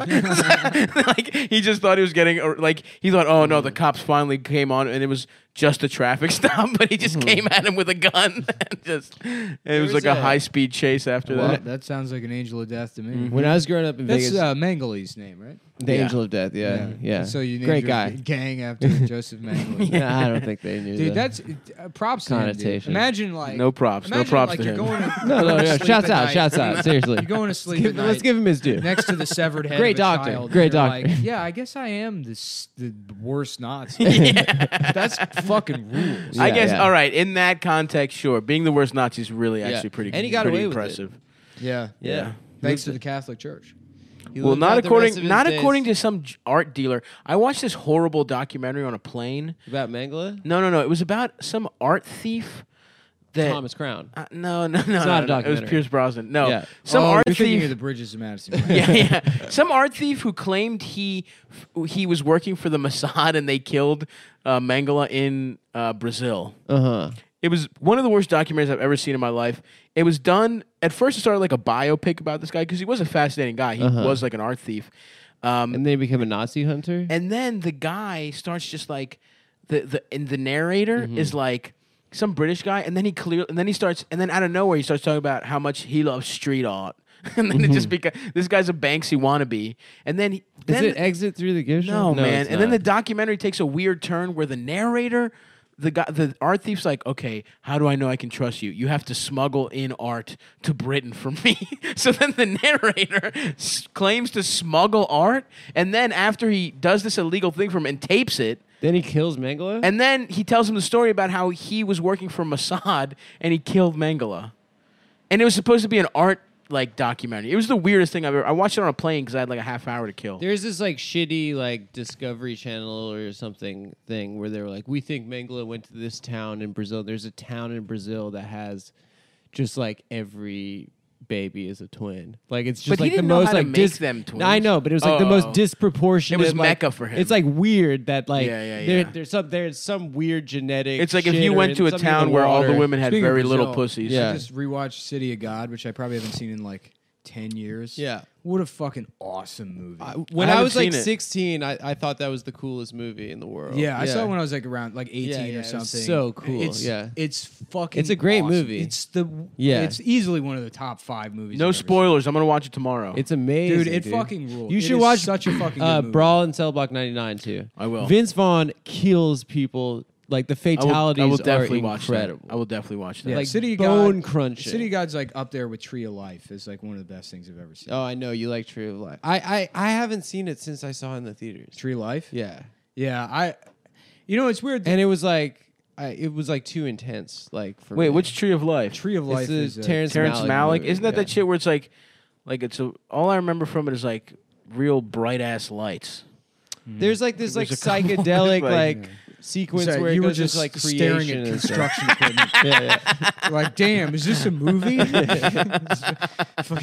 like he just thought he was getting ar- like he thought oh
Mm-hmm.
no the cops finally came on and it was just a traffic stop but he just came at him with a gun and just it was,
Mm-hmm. was
like a,
a-
high speed chase after that
that sounds like an angel of death to me.
When I was growing up in
That's uh, Mangale's name, right?
the
Yeah.
Angel of Death, yeah, yeah.
So you named
great
your
guy.
gang after Joseph Mangale.
yeah, I don't think they knew. that.
Dude, that's uh, props to him, dude.
Connotation.
Imagine like
No props, no
imagine,
props
like,
to
you're
him.
Going to,
no,
going
no,
to
yeah.
sleep
Shouts
at
out,
night.
shouts out. Seriously,
You're going to sleep
Give-
at night
let's give him his due.
next to the severed head.
Great
of a
doctor,
Child, and
great
you're
doctor.
Like, yeah, I guess I am the s- the worst Nazi. That's fucking rules.
I
Yeah,
guess
yeah.
all right in that context, sure. Being the worst Nazi is really
Yeah.
actually pretty
And he got
pretty
away with it.
impressive.
yeah.
Yeah.
Thanks to the Catholic Church.
He
Well,
lived
not
out the rest of
according
his
not
days.
according to some j- art dealer. I watched this horrible documentary on a plane.
about Mangala.
No, no, no. It was about some art thief that
Thomas Crown.
Uh, no, no, no,
not
no,
a
no. It
documentary.
was Pierce Brosnan. No,
Yeah.
some
oh,
art
you're thinking
thief.
of the Bridges of Madison.
yeah, yeah. Some art thief who claimed he he was working for the Mossad and they killed uh, Mangala in uh, Brazil.
Uh huh.
It was one of the worst documentaries I've ever seen in my life. It was done at first. It started like a biopic about this guy because he was a fascinating guy. He
Uh-huh.
was like an art thief. Um,
And then he became a Nazi hunter.
and then the guy starts just like the the and the narrator
Mm-hmm.
is like some British guy, and then he clear and then he starts and then out of nowhere he starts talking about how much he loves street art, and then it just beca- this guy's a Banksy wannabe, and then he-
Mm-hmm. Is
then
it exit through the gift
no,
shop?
man,
it's
and then the
not.
documentary takes a weird turn where the narrator. The guy, the art thief's like, okay, how do I know I can trust you? You have to smuggle in art to Britain for me. so then the narrator s- claims to smuggle art, and then after he does this illegal thing for him and tapes it,
then he kills Mangala.
and then he tells him the story about how he was working for Mossad and he killed Mengele. And it was supposed to be an art like documentary. It was the weirdest thing I've ever. I watched it on a plane because I had like a half hour to kill.
There's this like shitty like Discovery Channel or something thing where they were like, we think Mangala went to this town in Brazil. There's a town in Brazil that has just like every baby is a twin. Like it's just
But he
like the
didn't know
most
how to
like
make
dis-
them
I
twins.
know, but it was like the
Oh.
most disproportionate.
It was
like-
Mecca for him.
It's like weird that like
Yeah, yeah,
There,
yeah.
there's some there's some weird genetic.
It's like if
shit
you
or
went to a
something in
town where all the
water.
women had
Speaking of
very little
Brazil,
pussies.
Yeah.
I just rewatched City of God, which I probably haven't seen in like ten years.
Yeah.
What a fucking awesome movie.
I- when
I
I,
haven't
was like
seen it.
16, I, I thought that was the coolest movie in the world.
yeah, I saw it when I was like around like eighteen
yeah,
or
it
something.
was so cool,
It's,
yeah.
it's fucking.
It's a great
awesome.
movie.
It's the
Yeah.
yeah. It's easily one of the top five movies.
No
I've ever
spoilers. I'm gonna watch it tomorrow.
It's amazing,
Dude, it fucking rules.
You
It
should
is
watch
such a fucking good
uh,
movie.
Brawl and Cell Block '99 too.
I will.
Vince Vaughn kills people. Like
I
the
will,
fatalities
I will definitely
are
watch
incredible.
that. I will definitely watch that.
Yeah,
like,
City of
bone
God,
crunching.
City of God's like up there with Tree of Life. Is like one of the best things I've ever seen.
oh, I know you like Tree of Life. I, I I haven't seen it since I saw it in the theaters.
Tree of Life.
Yeah,
Yeah, I. You know, it's weird.
and it was like I, it was like too intense. Like for
Wait,
me.
which Tree of Life?
Tree of Life
It's
is
a
a-
Terrence,
Terrence Malick.
movie,
Isn't that
yeah.
that shit where it's like, like it's a, all I remember from it is like real bright ass lights.
There's like this like
There's a couple
psychedelic
that's
like,
like-
sequence
Sorry,
where it
you were
goes
just
into, like
staring
creation
at
and stuff.
construction equipment.
yeah, yeah.
like, damn, is this a movie?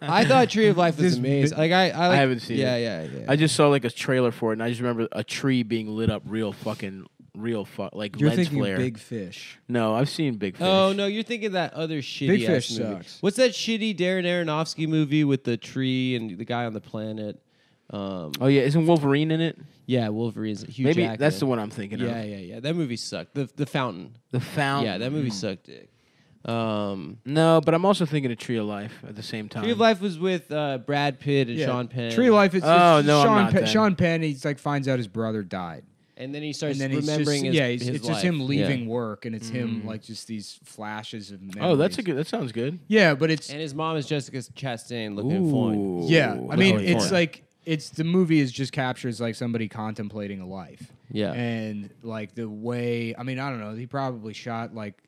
I thought Tree of Life was
This
amazing. Like I, I, like,
haven't seen
yeah,
it.
Yeah, yeah, yeah.
I just saw like a trailer for it, and I just remember a tree being lit up real fucking, real fuck, like
You're
lens
thinking
flare.
Big Fish.
no, I've seen Big Fish.
oh no, you're thinking that other shitty
Big
ass
Fish
movie.
sucks.
What's that shitty Darren Aronofsky movie with the tree and the guy on the planet? Um,
Oh yeah, isn't Wolverine in it?
yeah, Wolverine's Hugh
Maybe
Jackman.
that's the one I'm thinking of.
Yeah, yeah, yeah. That movie sucked. The The Fountain.
The
Um,
Fountain.
Yeah, that movie
mm.
sucked. Dick. Um,
No, but I'm also thinking of Tree of Life at the same time.
Tree of Life was with uh, Brad Pitt and Sean Penn.
Tree of Life. It's,
Oh,
it's
no, I'm
Sean
not
Penn.
then.
Sean Penn. He's like finds out his brother died,
and then he starts
and then he's
remembering
just
his
yeah, he's,
his
it's
life.
just him
Yeah.
leaving work, and it's him like just these flashes of. Memories.
Mm. Oh, that's a good. That sounds good.
Yeah, but it's
And his mom is Jessica Chastain looking fine.
yeah. I mean,
Looking
it's
fine.
like it's the movie is just captures like somebody contemplating a life.
Yeah.
and like the way I mean, I don't know. He probably shot like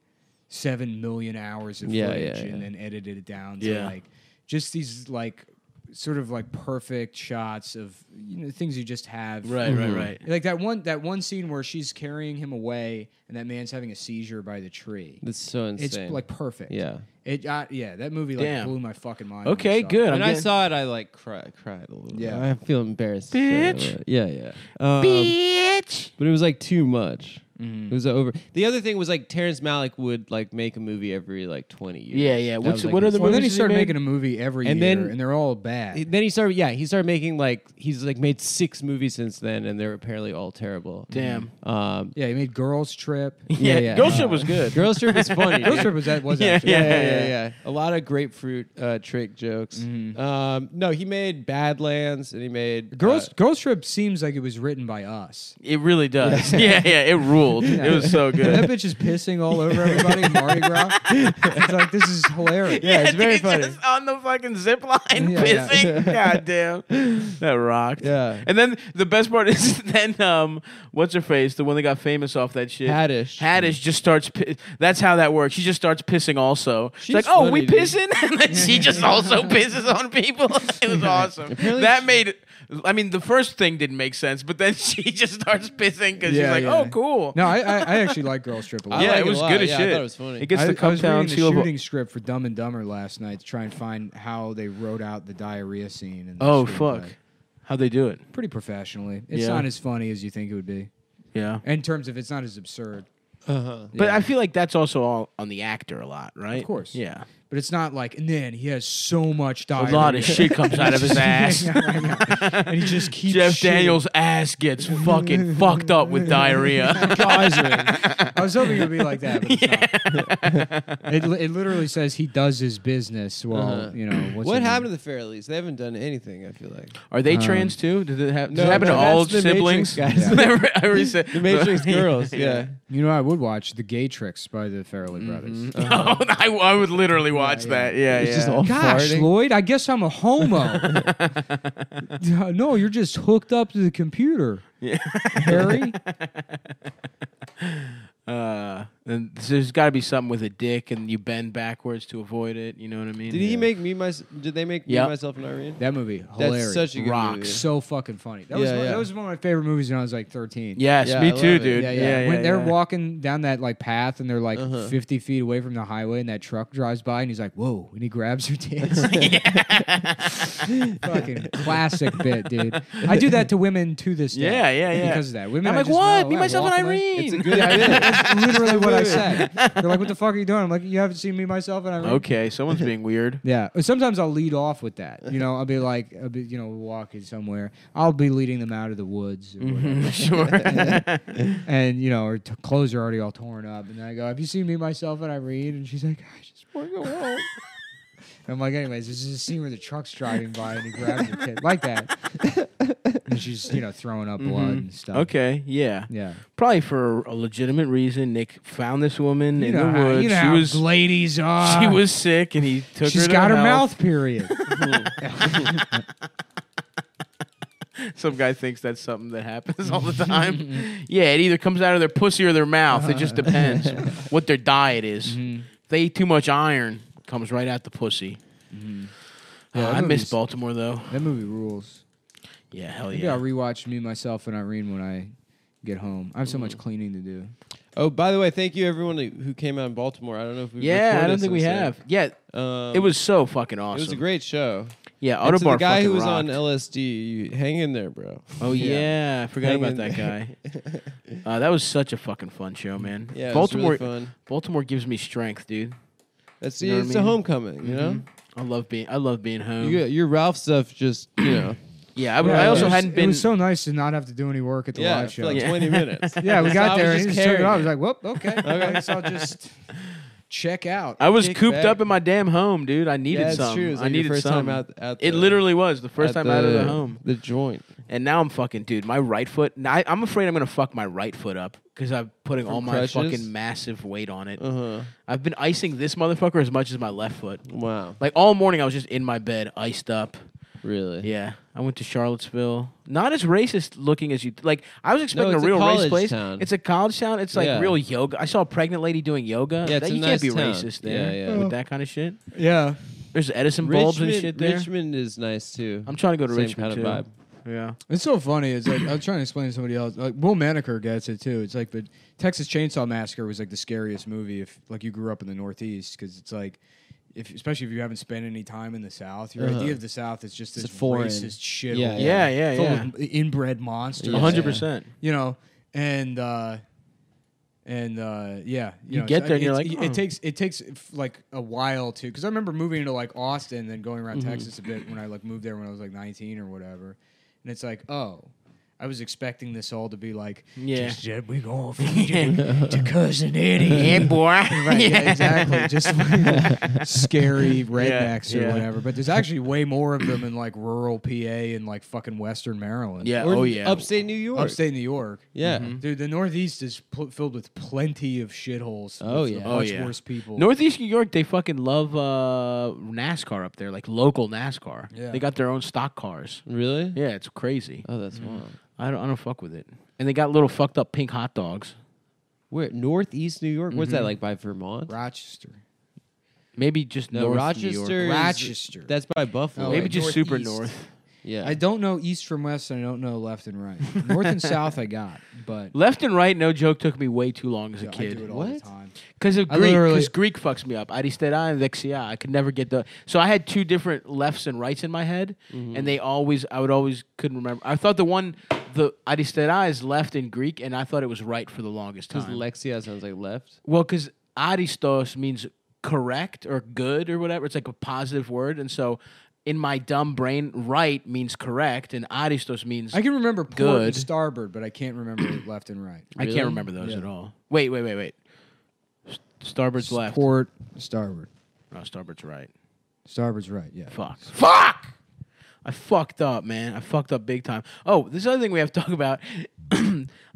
seven million hours of
Yeah,
footage
yeah,
and
yeah.
then edited it down to
Yeah.
like just these like sort of like perfect shots of you know things you just have
Right, right, right.
like that one that one scene where she's carrying him away and that man's having a seizure by the tree
That's so insane.
it's like perfect
Yeah.
it uh, yeah that movie like
Damn.
blew my fucking mind when I
Okay,
saw it.
good.
when
I'm
I
getting-
saw it, I like cry, cried a little.
Yeah.
bit. I feel embarrassed. to say it,
Bitch.
but- Yeah, yeah. Um, But it was like too much. It was over. The other thing was like Terrence Malick would like make a movie every like twenty years.
Yeah, yeah.
That
What's-
was, like,
what
his-
other
Well, then he
movies he
started
made?
making a movie every
And
year,
then-
and they're all bad.
Then he started. Yeah, he started making like he's like made six movies since then, and they're apparently all terrible.
Damn.
Um,
Yeah, he made Girls Trip.
Yeah, yeah.
Girl Ship was good.
Girls Trip was funny.
Girls
dude.
Trip was that was
Yeah,
actually.
yeah,
yeah,
yeah,
yeah,
yeah, yeah. A lot of grapefruit uh, trick jokes. Um, no, he made Badlands, and he made
Girls
uh,
Girls Trip seems like it was written by us.
It really does. yeah, yeah. It ruled. It was so
That
good.
bitch is pissing all over everybody. in Mardi Gras. It's like this is hilarious.
Yeah, it's very
dude,
funny.
Just on the fucking zip line,
Yeah.
pissing. God damn, that rocked.
Yeah.
And then the best part is then um, what's her face, the one that got famous off that shit,
Haddish.
Haddish just starts. Pi- that's how that works. She just starts pissing. Also, she's,
She's
like, "Oh, we
funny, dude."
pissing," and then she just also pisses on people. It was awesome.
Apparently
that
she-
made I mean, the first thing didn't make sense, but then she just starts pissing because
Yeah,
she's like,
yeah.
"Oh, cool."
No, I, I, I actually like Girl Strip a lot.
I
yeah, it
like it a
was
lot.
good as
Yeah, I
shit.
thought it was funny.
It gets
I,
to
I
come
was
down
reading the
to a-
shooting script for Dumb and Dumber last night to try and find how they wrote out the diarrhea scene. In the
Oh
screenplay.
fuck, how'd they do it?
Pretty professionally. It's
Yeah.
not as funny as you think it would be.
Yeah,
In terms of, it's not as absurd.
Uh-huh.
but
Yeah.
I feel like that's also all on the actor a lot, right?
Of course.
Yeah,
But it's not like, and then he has so much
a
diarrhea.
lot of shit comes out of his ass.
and he just keeps
Jeff
shitting.
Daniels' ass gets fucking fucked up with
uh,
diarrhea.
Geyser. I was hoping it would be like that. But it's not. it, li- it literally says he does his business while,
Uh-huh.
you know, what's
What happened to the Fairleys? They haven't done anything. I feel like
Are they
Um,
trans too? Does it, hap- does
no,
it happen
no,
to all
that's the
siblings?
Matrix
guys.
I already said-
the Matrix girls. Yeah,
You know, I would watch The Gay Tricks by the Farrelly
Mm-hmm.
Brothers.
No, I, I would literally watch
yeah.
that. Yeah,
It's
yeah.
just all-
Gosh,
Farting.
Lloyd, I guess I'm a homo. no, you're just hooked up to the computer.
Yeah.
Harry?
Uh, and there's got to be something with a dick, and you bend backwards to avoid it. You know what I mean?
did he make me my? Did they make
Yep.
me myself E and Irene?
That movie,
That's
hilarious.
such a good
Rocks.
movie.
so fucking funny. That, was
Yeah,
one,
yeah.
that was one of my favorite movies when I was like 13.
Yes,
Yeah, I
me
love
too,
it.
dude.
Yeah,
Yeah,
yeah.
yeah.
when they're
yeah.
walking down that like path and they're like
Uh-huh.
50 feet away from the highway and that truck drives by and he's like, whoa, and he grabs her tits. Fucking classic bit, dude. I do that to women to this day.
Yeah, yeah, yeah.
Because of that. Women
I'm
I
like,
just
what?
know,
Me,
I
myself,
walk
and
away.
Irene.
It's a good
Yeah,
idea.
yeah, that's literally what I said. They're like, what the fuck are you doing? I'm like, you haven't seen me, myself, and Irene.
okay, someone's being weird.
Yeah. Sometimes I'll lead off with that. You know, I'll be like, I'll be, you know, walking somewhere. I'll be leading them out of the woods. Or
Mm-hmm.
whatever.
sure.
and you know, her t- clothes are already all torn up. And then I go, "Have you seen me, myself, and Irene?" And she's like, "I just want to go home." And I'm like, "Anyways, this is a scene where the truck's driving by and he grabs her kid like that." and she's you know throwing up blood and stuff.
Mm-hmm. okay, yeah.
Yeah.
Probably for a legitimate reason. Nick found this woman
You
in
know,
the
how,
woods.
you know
she
how
was
ladies are.
she was sick, and he took
She's
her. to
got her
health.
mouth period.
Some guy thinks that's something that happens all the
Mm-hmm.
time. yeah, it either comes out of their pussy or their mouth. It
Uh-huh.
just depends what their diet is.
Mm-hmm.
If they eat too much iron, it comes right out the pussy.
Mm-hmm. Yeah,
Uh,
that
I miss
movie's-
Baltimore though.
that movie rules.
Yeah, hell
Maybe
Oh, yeah.
I'll rewatch me, myself, and Irene when I get home. I have so much cleaning to do.
Oh, by the way, thank you everyone who came out in Baltimore. I don't know if we
yeah, I don't think we have. Yeah,
Um,
it was so fucking awesome.
it was a great show.
yeah.
And
Autobar
to the guy
fucking
who was
rocked.
on LSD, you hang in there, bro.
Oh yeah, I forgot
Hang
about
in
that guy. Uh, that was such a fucking fun show, man.
Yeah,
Baltimore,
Baltimore. fun.
Baltimore gives me strength, dude.
That's
you know what I
it's
mean? Mm-hmm.
a homecoming, you know.
I love being I love being home.
You got your Ralph stuff, just you know.
yeah, I,
Yeah,
I
it
also
was-
hadn't been.
It was so nice to not have to do any work at the
yeah,
live
for
show.
like
Yeah.
twenty minutes.
Yeah, we
So
got
I
there and
just
he just took it
carrying
off. I was like, "Whoop, okay, I
Okay.
guess I'll just check out."
I was
kick
cooped
back.
up in my damn home, dude. I needed
yeah, it's
something.
true. It was
I
like your
needed
first
something.
time out. out
it
the-
literally was the first
at
time out of the home.
The joint.
And now I'm fucking, dude. My right foot. now I, I'm afraid I'm gonna fuck my right foot up because I'm putting all my
crutches?
fucking massive weight on it.
Uh huh.
I've been icing this motherfucker as much as my left foot.
Wow.
Like all morning, I was just in my bed, iced up.
Really.
Yeah, I went to Charlottesville. Not as racist looking as you like. I was expecting
it's
a
a
real race
college
place.
town.
It's a college town. It's like
Yeah.
real yoga. I saw a pregnant lady doing yoga.
Yeah,
That-
it's a
you can't
nice
be
town.
racist
Yeah,
there
yeah.
with that kind of shit.
yeah,
There's Edison bulbs and shit there.
Richmond is nice too.
I'm trying to go to
Same
Richmond
kind of vibe.
too. Yeah.
it's so funny. It's like I was trying to explain to somebody else. Like Will Manicure gets it too. It's like the Texas Chainsaw Massacre was like the scariest movie if like you grew up in the Northeast because it's like. If, especially if you haven't spent any time in the South, your
Uh-huh.
idea of the South is just this
It's foreign.
racist shit.
Yeah,
Yeah, yeah,
filled
yeah.
with inbred monsters.
A
Yeah.
hundred percent.
you know, and uh, and uh, yeah,
You
know,
get
it's-
there and you're
it's-
like,
it,
"Oh."
takes it takes f- like a while to because I remember moving into like Austin and then going around
Mm-hmm.
Texas a bit when I like moved there when I was like 19 or whatever, and it's like oh. I was expecting this all to be like,
Yeah.
just said we gonna feed you to cousin Eddie.
Yeah, boy.
Right, yeah, exactly. Just like scary rednecks or
yeah.
whatever. But there's actually way more of them in like rural PA and like fucking Western Maryland.
Yeah.
Or
oh yeah.
Upstate New York.
upstate New York.
Yeah.
Mm-hmm.
Dude, the Northeast is pl- filled with plenty of shitholes.
Oh,
with
yeah.
much
Oh, yeah.
worse people.
Northeast New York, they fucking love uh, NASCAR up there, like local NASCAR.
Yeah.
They got their own stock cars.
Really?
Yeah, Mm-hmm. it's crazy.
Oh, that's wild.
I don't, I don't fuck with it. And they got little fucked up pink hot dogs.
Where Northeast New York? What's that
Mm-hmm.
like by Vermont?
Rochester,
Maybe just
No,
north New York.
Rochester. is-
Rochester.
that's by Buffalo.
Oh,
Maybe
like
just super
northeast.
north.
Yeah.
I don't know east from west, and I don't know left and right. North and south, I got, but
Left and right, no joke, took me way too long as a
I
kid.
do it all the
What?
time.
Because of
I
Greek,
literally-
because Greek fucks me up. Aristera and Lexia. I could never get the. So I had two different lefts and rights in my head, and they always. I would always couldn't remember. I thought the one, the Aristera is left in Greek, and I thought it was right for the longest
Because
time.
Lexia sounds like left.
well, because Aristos means correct or good or whatever. It's like a positive word, and so in my dumb brain, right means correct, and Aristos means
I can remember port and
Good.
starboard, but I can't remember left and right.
I can't
Really?
remember those
Yeah.
at all. Wait, wait, wait, wait. S- Starboard's left.
Port, starboard,
No, starboard's right.
starboard's right. Yeah.
Fuck. Fuck! I fucked up, man. I fucked up big time. Oh, this other thing we have to talk about.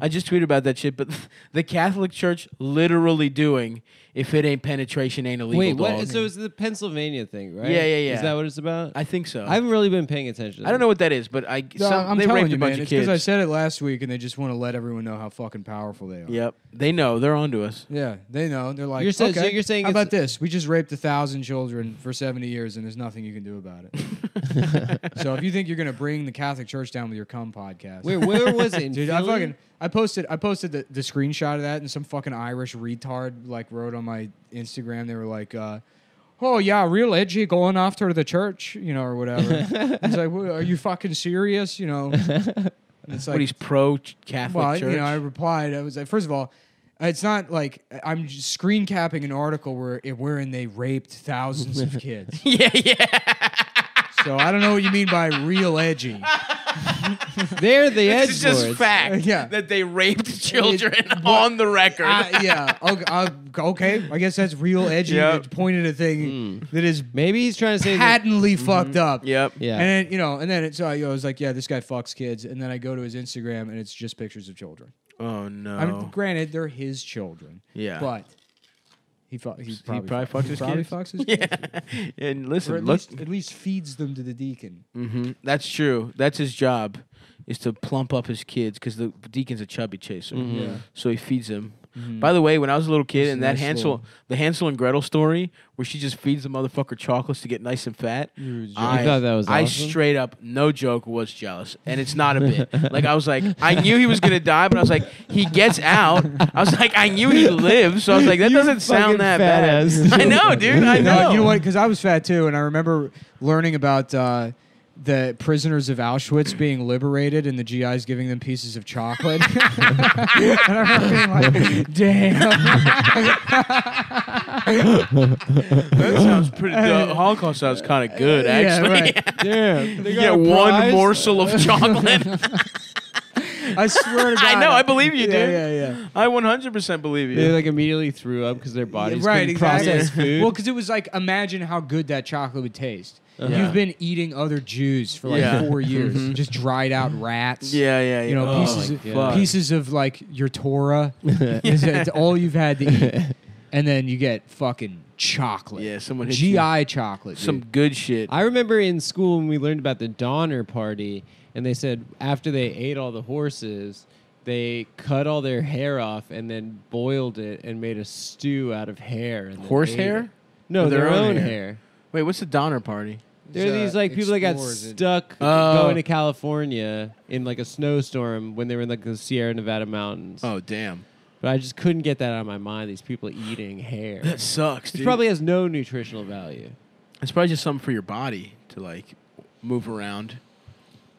I just tweeted about that shit, but the Catholic Church literally doing if it ain't penetration ain't illegal.
Wait, what?
dog.
So it's the Pennsylvania thing, right?
Yeah, yeah, yeah.
Is that what it's about? I,
I think so. I,
haven't really been paying attention. To
don't
that.
know what that is, but I
No,
some,
I'm
they
telling
raped
you,
a bunch of
man. It's
kids.
because I said it last week, and they just want to let everyone know how fucking powerful they are.
yep, they know they're onto us.
Yeah, they know. They're like,
You're sa- so
okay,
you're saying
how
it's-
about this? We just raped a thousand children for 70 years, and there's nothing you can do about it. so if you think you're gonna bring the Catholic Church down with your cum podcast,
Wait, where was it? In
dude, I
Philly?
fucking I posted I posted the, the screenshot of that, and some fucking Irish retard like wrote on my Instagram. They were like. uh Oh yeah, real edgy going after the church, you know, or whatever. it's like, "Wha- are you fucking serious? You know, And it's
But he's pro ch- Catholic
well,
Church.
you know, I replied. I was like, first of all, it's not like I'm just screen capping an article where eh, wherein they raped thousands of kids.
yeah, yeah.
So I don't know what you mean by real edgy.
They're the edge
It's just fact
Uh, Yeah.
that they raped children on the record.
I, yeah. Okay, uh, okay. I guess that's real edgy.
Yep.
It pointed at a thing
Hmm.
that is
Maybe he's trying to say that
patently
Mm-hmm.
fucked up.
yep.
Yeah.
And then you know, and then it's uh, you know, I was like, yeah, this guy fucks kids, and then I go to his Instagram, and it's just pictures of children.
Oh no.
I mean, granted, they're his children.
Yeah.
But he, fu- he probably,
probably
fucks-
fucks
he
his
probably
kids.
fucks his kids.
yeah. And listen,
Or at
look,
least, at least feeds them to the deacon.
hmm That's true. That's his job, is to plump up his kids because the deacon's a chubby chaser.
Yeah.
So he feeds them. By the way, when I was a little kid,
It's
and
a
that
nice
Hansel,
little-
the Hansel and Gretel story, where she just feeds the motherfucker chocolates to get nice and fat, I
thought that was
I
awesome?
straight up, no joke, was jealous, and it's not a bit. like I was like, I knew he was gonna die, but I was like, he gets out. I was like, I knew he lives, so I was like, that doesn't
fucking
sound that
fat ass.
bad. I know, dude. I
No,
know.
you know what? Because I was fat too, and I remember learning about uh, the prisoners of Auschwitz being liberated, and the GIs giving them pieces of chocolate. and I remember being like, "Damn,
That sounds pretty. The Holocaust sounds kind of good,
Yeah,
actually.
right.
Damn.
You get one morsel of chocolate.
I swear to God."
I know. I believe you,
yeah,
dude.
Yeah, yeah.
I 100% believe
They
you.
like immediately threw up because their bodies
right,
couldn't
exactly.
process food.
Well, because it was like, imagine how good that chocolate would taste.
Yeah.
You've been eating other Jews for like
Uh-huh. Yeah. Mm-hmm.
four years, just dried out rats.
Yeah, yeah, yeah.
you know,
Oh,
pieces,
my
of,
God.
pieces of like your Torah. is it's all you've had to eat, and then you get fucking chocolate.
Yeah, someone hit
GI
you.
chocolate.
Some
dude.
good shit.
I remember in school when we learned about the Donner Party, and they said after they ate all the horses, they cut all their hair off and then boiled it and made a stew out of hair. And then
Horse
ate
hair?
it. No,
Or
their, own hair. uh,
Wait, what's the Donner Party?
There are these like people that got
Explorers and-
stuck
Oh.
going to California in like a snowstorm when they were in like the Sierra Nevada mountains.
Oh, damn.
But I just couldn't get that out of my mind. These people eating hair.
That sucks,
Which
dude.
probably has no nutritional value.
it's probably just something for your body to, like, move around.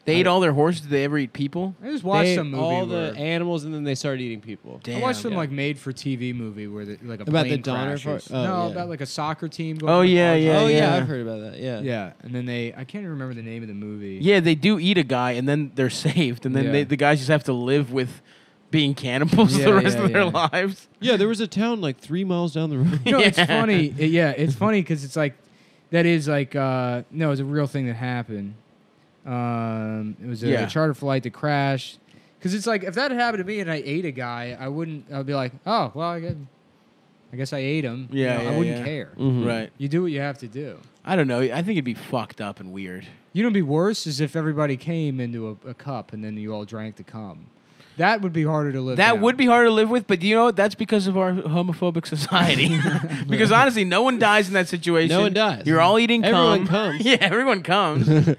They ate all their horses. Did they ever eat people?
I just watched
They-
some movie.
All
where,
the animals, and then they started eating people.
Damn.
I watched some
yeah.
like made for TV movie where the, like a
About the
plane
Donner
crashes.
part? Oh,
no,
yeah.
about like a soccer team. Going
Oh,
to, like,
yeah,
Argentina.
oh yeah,
yeah.
I've heard about that. Yeah.
yeah. And then they, I can't remember the name of the movie.
Yeah, they do eat a guy, and then they're saved, and then
Yeah.
they, the guys just have to live with being cannibals
Yeah,
the rest
yeah,
of their
yeah.
lives.
Yeah, there was a town like three miles down the road.
No, it's
Yeah.
funny. It- yeah, it's funny because it's like that is like uh, no, it's a real thing that happened. Um, it was a
Yeah.
charter flight that crashed. Because it's like if that had happened to me and I ate a guy, I wouldn't. I'd be like, oh well, I guess, I guess I ate him. You
Yeah,
know,
yeah,
I wouldn't
yeah. Mm.
care.
Mm-hmm.
Right.
You do what you have to do.
I don't know. I think it'd be fucked up and weird.
You know, what'd be worse is if everybody came into a, a cup and then you all drank the cum. That would be harder to live.
That
down.
would be harder to live with, but you know what? That's because of our homophobic society. because honestly, no one dies in that situation.
No one dies.
You're all eating
Everyone
cum.
comes.
yeah, everyone comes.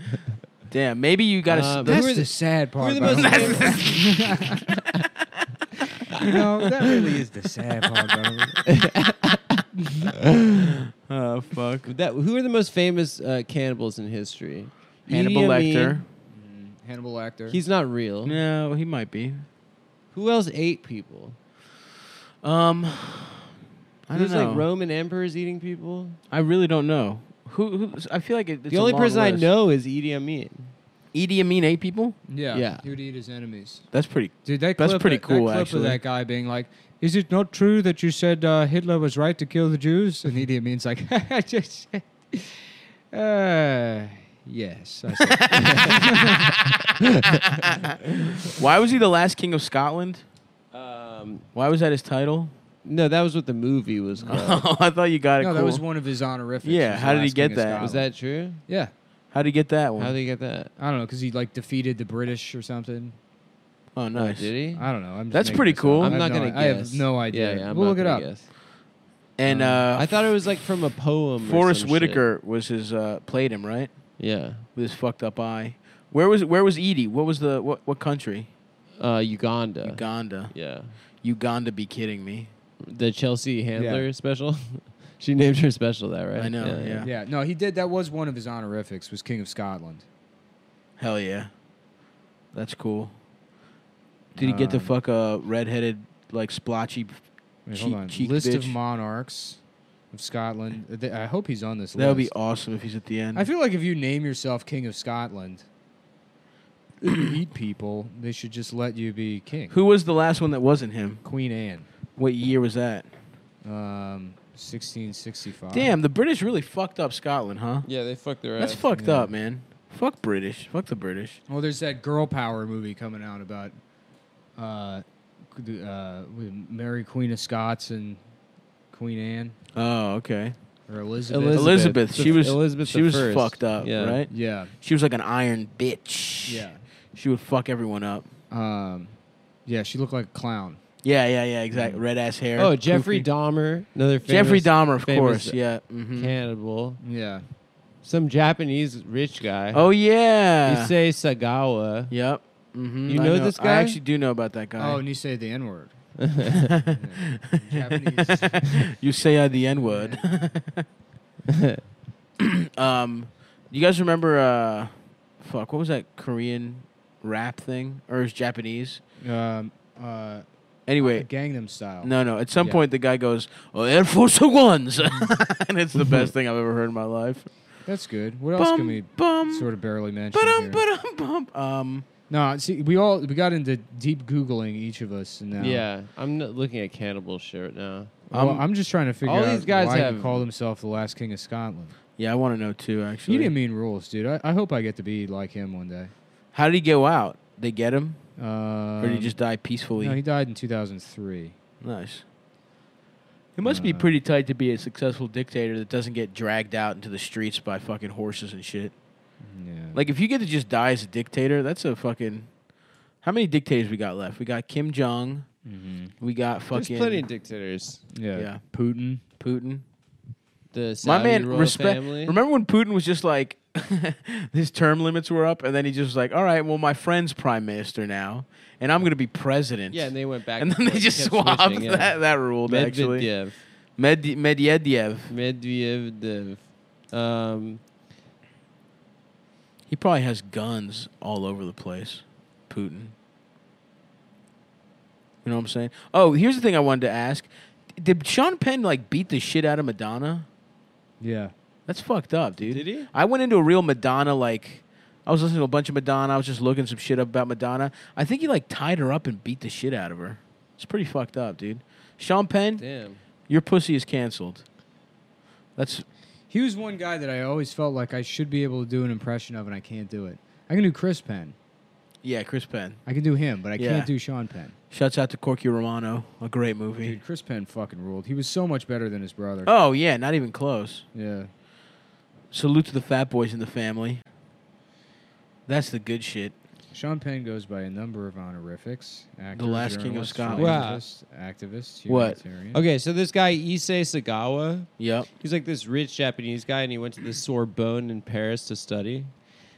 Damn, maybe you got to.
Uh,
That's
who are
the
the-
sad
who
part.
are the
about
most
it. you know, that really is the sad part. About it.
oh fuck.
that who are the most famous uh, cannibals in history?
Hannibal
Idi Amin.
Lecter.
Mm, Hannibal Lecter.
He's not real.
No, he might be.
Who else ate people?
Um, I don't
Who's
know.
like Roman emperors eating people?
I really don't know. Who? who I feel like it, it's
the only
a long
person I
list.
know is Idi Amin.
Idi Amin ate people.
yeah,
Yeah.
He would eat his enemies.
That's pretty.
Dude, that
That's
clip,
pretty
that
cool,
clip
actually.
Of that guy being like, "Is it not true that you said uh, Hitler was right to kill the Jews?" And Idi Amin's like, "I just said, uh, yes." I said,
Why was he the last king of Scotland?
Um,
Why was that his title?
no, that was what the movie was called.
Oh, I thought you got it.
no,
cool.
that was one of his honorifics.
Yeah,
was the
how did he
last
get
king of
that?
was
Scotland.
that true?
Yeah,
How did he get that one?
How did he get that?
I don't know, because he like defeated the British or something.
oh,
Oh,
nice.
did he?
I don't know. I'm just
That's
making
pretty
this up.
cool.
I
I'm
have
not
no-
gonna guess.
I have no idea.
Yeah, yeah, I'm
we'll
not
look it
gonna
up.
guess.
and
Um,
uh,
I thought it was like from a poem. or
Forrest
some
Whitaker was his uh, played him right
shit.
with his fucked up eye. Where was where was Edie? What was the what what country?
Yeah, uh, Uganda.
Uganda.
Yeah,
Uganda be kidding me.
the Chelsea Handler special. she named her special that, right?
I know, yeah.
Yeah, no, he did. That was one of his honorifics. Was King of Scotland.
Hell yeah. That's cool. Did he get to
Um,
fuck a redheaded like splotchy
Wait,
Cheek-
hold on.
cheek
List of
bitch.
monarchs of Scotland. Uh, th- I hope he's on this
That would
list.
be awesome if he's at the end.
I feel like if you name yourself King of Scotland, if you eat people, they should just let you be king.
Who was the last one that wasn't him?
Queen Anne,
What year was that?
um, 1665.
Damn, the British really fucked up Scotland, huh?
Yeah, they fucked their
That's fucked up, man. Fuck British. Fuck the British.
Well, there's that girl power movie coming out about uh, c- uh, with Mary Queen of Scots and Queen Anne
Oh, okay.
or Elizabeth.
Elizabeth,
The-
she was
Elizabeth
she
the
was
first.
fucked up,
Yeah.
right?
Yeah,
She was like an iron bitch.
yeah,
She would fuck everyone up.
um, yeah. She looked like a clown.
Yeah, yeah, yeah, exactly. Red ass hair.
Oh, Jeffrey
Goofy.
Dahmer, another famous
Jeffrey Dahmer, of
famous
course. Yeah. mhm.
cannibal,
Yeah,
some Japanese rich guy.
Oh yeah.
Issei Sagawa.
Yep. Mm-hmm.
You
I
know this guy? Oh,
I actually do know about that
Oh,
guy.
and you say the N word. Japanese.
you say uh, the N word. um, you guys remember? Uh, fuck, what was that Korean rap thing, or it was Japanese?
Um, uh,
Anyway,
Gangnam Style.
no, no. At some
Yeah.
point, the guy goes, "Oh, Air Force Ones," and it's the best thing I've ever heard in my life.
That's good. What else can we
bum,
sort of barely mention?
ba-dum,
here?
ba-dum, bum. Um,
No, see, we all we got into deep googling each of us and now.
Yeah, I'm not looking at cannibal shit right now.
Well,
Um,
I'm just trying to figure
all
out
these guys
why he
have-
called himself the last king of Scotland.
yeah, I want to know too.
He
Actually,
didn't mean rules, dude. I, I hope I get to be like him one day.
how did he go out? They get him,
Um,
or did he just die peacefully?
No, he died in 2003.
Nice. It must be
Uh,
pretty tight to be a successful dictator that doesn't get dragged out into the streets by fucking horses and shit.
Yeah.
Like if you get to just die as a dictator, that's a fucking. How many dictators we got left? We got Kim Jong.
hmm
We got fucking.
There's plenty of dictators.
yeah.
Yeah.
Putin.
Putin.
The Saudi
My man,
royal
respect.
family.
Remember when Putin was just like, his term limits were up, and then he just was like, "All right, well, my friend's prime minister now, and I'm gonna be president."
yeah, and they went back.
and then they
forth,
just
kept
swapped
switching, yeah.
that that rule. Actually,
Medvedev.
Med- Medvedev.
Medvedev. Um,
He probably has guns all over the place, Putin. You know what I'm saying? Oh, here's the thing I wanted to ask: Did Sean Penn like beat the shit out of Madonna?
Yeah.
That's fucked up, dude.
Did he?
I went into a real Madonna like. I was listening to a bunch of Madonna. I was just looking some shit up about Madonna. I think he like tied her up and beat the shit out of her. It's pretty fucked up, dude. Sean Penn,
damn.
your pussy is canceled. That's
He was one guy that I always felt like I should be able to do an impression of, and I can't do it. I can do Chris Penn.
yeah, Chris Penn.
I can do him, but I
Yeah.
can't do Sean Penn.
Shouts out to Corky Romano. A great movie.
Dude, Chris Penn fucking ruled. He was so much better than his brother.
Oh yeah, not even close.
Yeah.
Salute to the fat boys in the family. That's the good shit.
Sean Penn goes by a number of honorifics. Actor,
last king of
journalist,
Scotland.
Wow.
philanthropist, Activist,
What?
humanitarian.
Okay, so this guy Issei Sagawa,
Yep.
he's like this rich Japanese guy, and he went to the Sorbonne in Paris to study.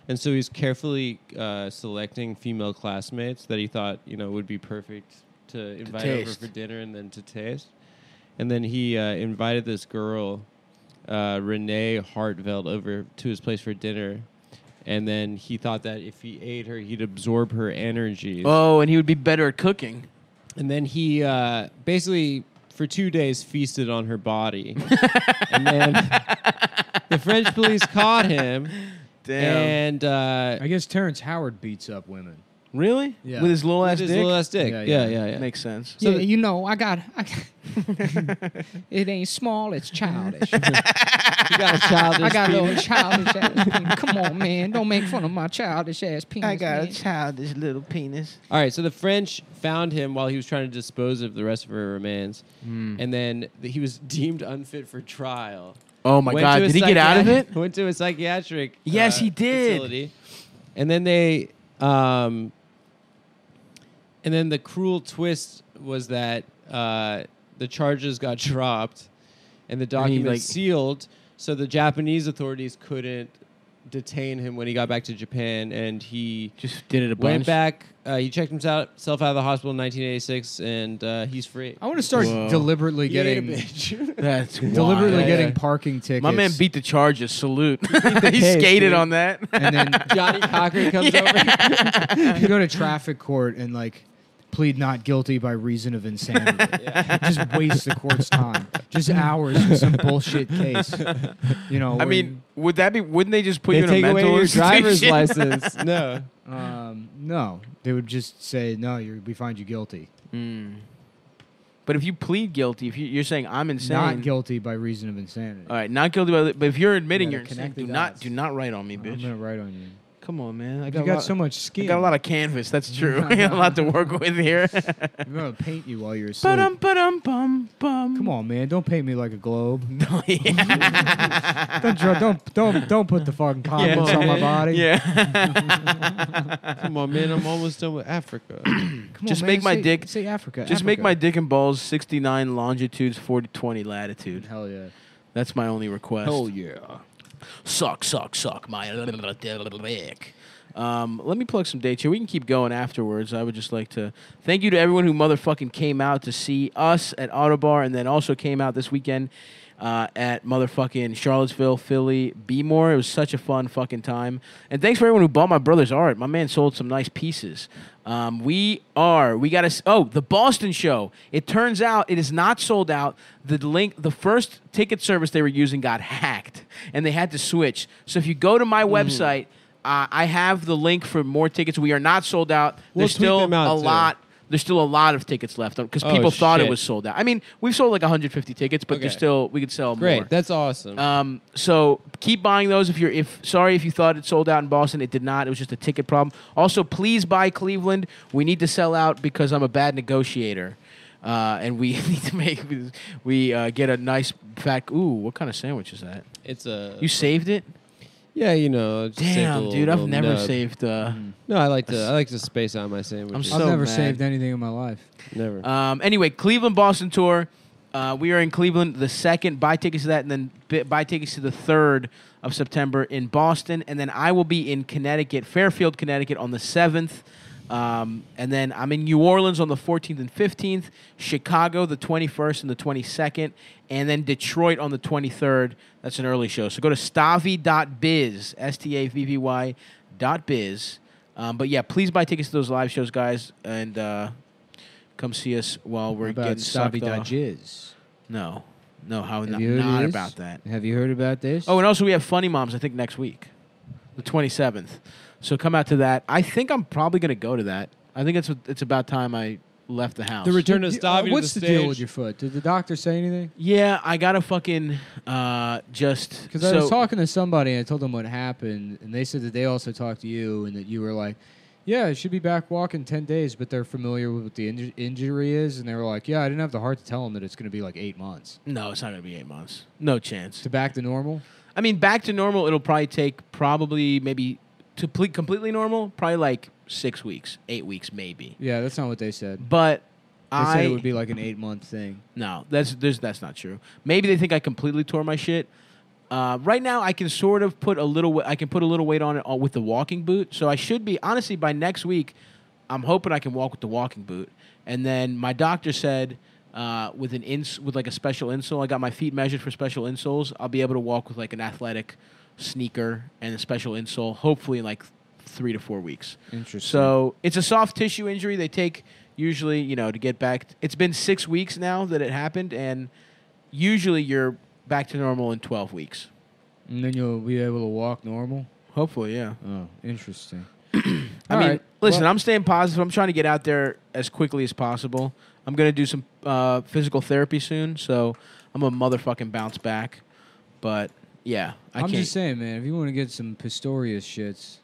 And so he's carefully uh, selecting female classmates that he thought you know would be perfect to invite over
taste.
for dinner and then to taste. And then he uh, invited this girl, uh, Renee Hartveld, over to his place for dinner. And then he thought that if he ate her, he'd absorb her energies.
Oh, and he would be better at cooking.
And then he uh, basically, for two days, feasted on her body. and then the French police caught him. And uh,
I guess Terrence Howard beats up women.
really?
Yeah.
With his little
with
ass
his
dick.
little ass dick.
Yeah,
Yeah,
yeah.
yeah, yeah.
Makes sense.
So
yeah,
th-
you know, I got, I got it ain't small, it's childish.
You got a childish
I got a little
penis.
childish ass penis. Come on, man. Don't make fun of my childish ass penis. man.
childish little penis.
All right, so the French found him while he was trying to dispose of the rest of her remains. And then th- he was deemed unfit for trial.
Oh my
Went
god,
to a
did he get out of it?
psychiatric- Went to a psychiatric.
Yes,
uh,
he did.
Facility. And then they, um, and then the cruel twist was that uh, the charges got dropped, and the
he,
document
like-
sealed, so the Japanese authorities couldn't detain him when he got back to Japan, and he
Just did it a bunch.
went back. Uh, he checked himself self out of the hospital in 1986, and uh, he's free.
Oh,
I want to start
Whoa.
deliberately
He ate a
getting
bitch.
That's
deliberately
wild.
Yeah,
getting
yeah.
parking tickets.
My man beat the charges. Salute. He,
case,
skated
dude.
on that.
and then
Johnny Cochran comes
you go to traffic court and like plead not guilty by reason of insanity. Just waste the court's time. Just hours in some bullshit case. You know.
I
where
mean, would that be? Wouldn't they just put
over.
you
they
in a
take away
mental
your driver's
institution?
license. No.
you- um, no, they would just say no. You're, we find you guilty,
Mm. But if you plead guilty, if you, you're saying I'm insane,
not guilty by reason of insanity.
All right, not guilty. By the, but if you're admitting
gotta
you're insane,
connect the
do not
dots.
do not write on me,
I'm
bitch.
gonna write on you.
Come on, man. I
You
got,
got,
a lot,
so much
I
skin.
got a lot of canvas. That's true. I got a lot to work with here.
I'm gonna paint you while you're asleep.
Ba-dum, ba-dum, bum, bum.
Come on, man! Don't paint me like a globe.
yeah.
Don't draw, don't don't don't put the fucking comments on my
man.
body.
Yeah.
Come on, man. I'm almost done with Africa.
Come on,
Just
man,
make my
say-
dick-
Say Africa.
Just make
Africa.
my dick and balls 69 longitudes, 40, 20 latitude.
Hell yeah.
That's my only request.
yeah.
Suck, suck, suck my dick. Um, let me plug some dates here. We can keep going afterwards. I would just like to thank you to everyone who motherfucking came out to see us at Autobar and then also came out this weekend uh, at motherfucking Charlottesville, Philly, Bmore. It was such a fun fucking time. And thanks for everyone who bought my brother's art. My man sold some nice pieces. Um, we are, we got to, oh, the Boston show. It turns out it is not sold out. The link, the first ticket service they were using got hacked and they had to switch. So if you go to my
Mm-hmm.
website, uh, I have the link for more tickets. We are not sold out.
We'll
There's
tweet
still
them out,
a
too.
lot. There's still a lot of tickets left because
Oh,
people thought it
shit.
was sold out. I mean, we've sold like 150 tickets, but there's
Okay.
still we could sell
Great.
more.
That's awesome.
Um, so keep buying those if you're if sorry if you thought it sold out in Boston, it did not. It was just a ticket problem. Also, please buy Cleveland. We need to sell out because I'm a bad negotiator. Uh, and we need to make we uh, get a nice fat. Ooh, what kind of sandwich is that?
it's a.
You saved it?
yeah, you know. just saved a
Damn,
little-
dude, I've
little
never
nub. Mm.
saved. Uh,
No, I like to. I like to space out my sandwiches.
so-
I've never
mad.
saved anything in my life.
never.
Um, anyway, Cleveland Boston tour. Uh, we are in Cleveland the second. Buy tickets to that, and then bi- buy tickets to the third of September in Boston, and then I will be in Connecticut, Fairfield, Connecticut, on the seventh. Um, and then I'm in New Orleans on the 14th and 15th, Chicago the 21st and the 22nd, and then Detroit on the 23rd. That's an early show. So go to stavi.biz, S T A V V Y dot biz. Um, but yeah, please buy tickets to those live shows, guys, and uh, come see us while we're
What
getting
about
sucked
Sabi
off.
Dajiz.
No, no, how
Have
not,
you heard of
not
this?
about that.
Have you heard about this?
Oh, and also we have Funny Moms. I think next week, the twenty seventh. So come out to that. I think I'm probably gonna go to that. I think it's it's about time I left the house.
the return of
You- uh,
Stavi
What's
to
the,
the,
deal
stage.
with your foot? Did the doctor say anything?
yeah, I gotta fucking uh, just
Because
so,
I was talking to somebody and I told them what happened, and they said that they also talked to you, and that you were like, "Yeah, I should be back walking ten days," but they're familiar with what the inju- injury is, and they were like, "Yeah, I didn't have the heart to tell them that it's going to be like eight months
No, it's not gonna be eight months. No chance.
to back to normal."
I mean, back to normal. It'll probably take probably maybe to ple- completely normal. Probably like six weeks, eight weeks maybe.
Yeah, that's not what they said. They
But I
said it would be like an eight month thing.
No, that's there's, that's not true. Maybe they think I completely tore my shit. Uh, right now, I can sort of put a little. we- I can put a little weight on it all with the walking boot. So I should be honestly by next week. I'm hoping I can walk with the walking boot. And then my doctor said, uh, with an ins with like a special insole, I got my feet measured for special insoles. I'll be able to walk with like an athletic sneaker and a special insole. Hopefully, in like three to four weeks.
Interesting.
So it's a soft tissue injury. They take usually, you know, to get back. It's been six weeks now that it happened, and usually you're back to normal in 12 weeks.
and then you'll be able to walk normal.
Hopefully, yeah.
Oh, interesting.
I
All
mean,
right.
listen,
Well-
I'm staying positive. I'm trying to get out there as quickly as possible. I'm going to do some uh, physical therapy soon, so I'm a motherfucking bounce back. But yeah, I
I am
can't.
just saying, man. If you want to get some Pistorius shits,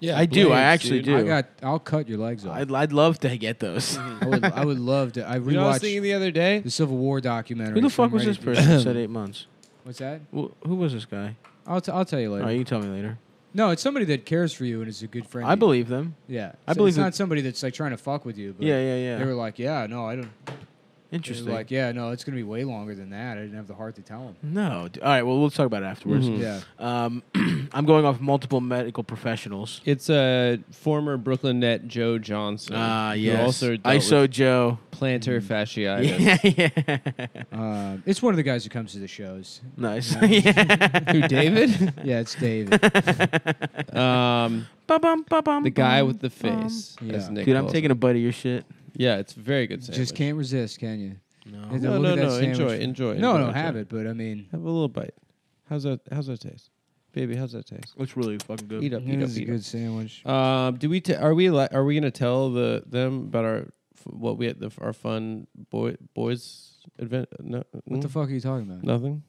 Yeah,
I do. I
blades,
actually
dude.
do.
I got. I'll cut your legs off.
I'd, I'd love to get those.
I would, I would love to. I
You know what I was
rewatched
thinking the other day?
the Civil War documentary.
Who the
so I'm
fuck was
ready
this
to do-
person? that said eight months.
What's that?
Well, who was this guy?
I'll, t- I'll tell you
Oh,
later.
you can tell me later.
No, it's somebody that cares for you and is a good friend. to
I
you.
believe them.
Yeah,
I
So
believe
it's
that-
not somebody that's like trying to fuck with you. But
Yeah, yeah, yeah.
They were like, yeah, no, I don't. They were
Interesting.
like, yeah, no, it's gonna be way longer than that. I didn't have the heart to tell him.
no. d- All right. Well, we'll talk about it afterwards.
Mhm.
Yeah.
Um, I'm going off multiple medical professionals.
It's a former Brooklyn Net Joe Johnson.
Ah,
who
yes.
also dealt
ISO
with
Joe.
plantar fasciitis.
Yeah, yeah.
Um, it's one of the guys who comes to the shows.
Nice.
Who David?
Yeah, it's David.
um,
Ba-bum, ba-bum,
the guy
bum,
with the
bum.
face.
Yeah.
as Nick
Dude, I'm
calls
taking
it.
a bite of your shit.
Yeah, it's a very good sandwich.
Just can't resist, can you?
No.
Had to
No,
look
no,
at that
no,
sandwich
enjoy,
for-
enjoy,
No,
enjoy,
no,
enjoy.
have it, but I mean,
Have a little bite. How's that? How's that taste, baby? How's that taste?
Looks really fucking good.
Eat up,
it
eat up,
is a
eat up.
good sandwich.
Um, do we? T- are we? Li- are we gonna tell the them about our f- what we had the, our fun boy boys event? No,
What the
mm?
fuck are you talking about?
Nothing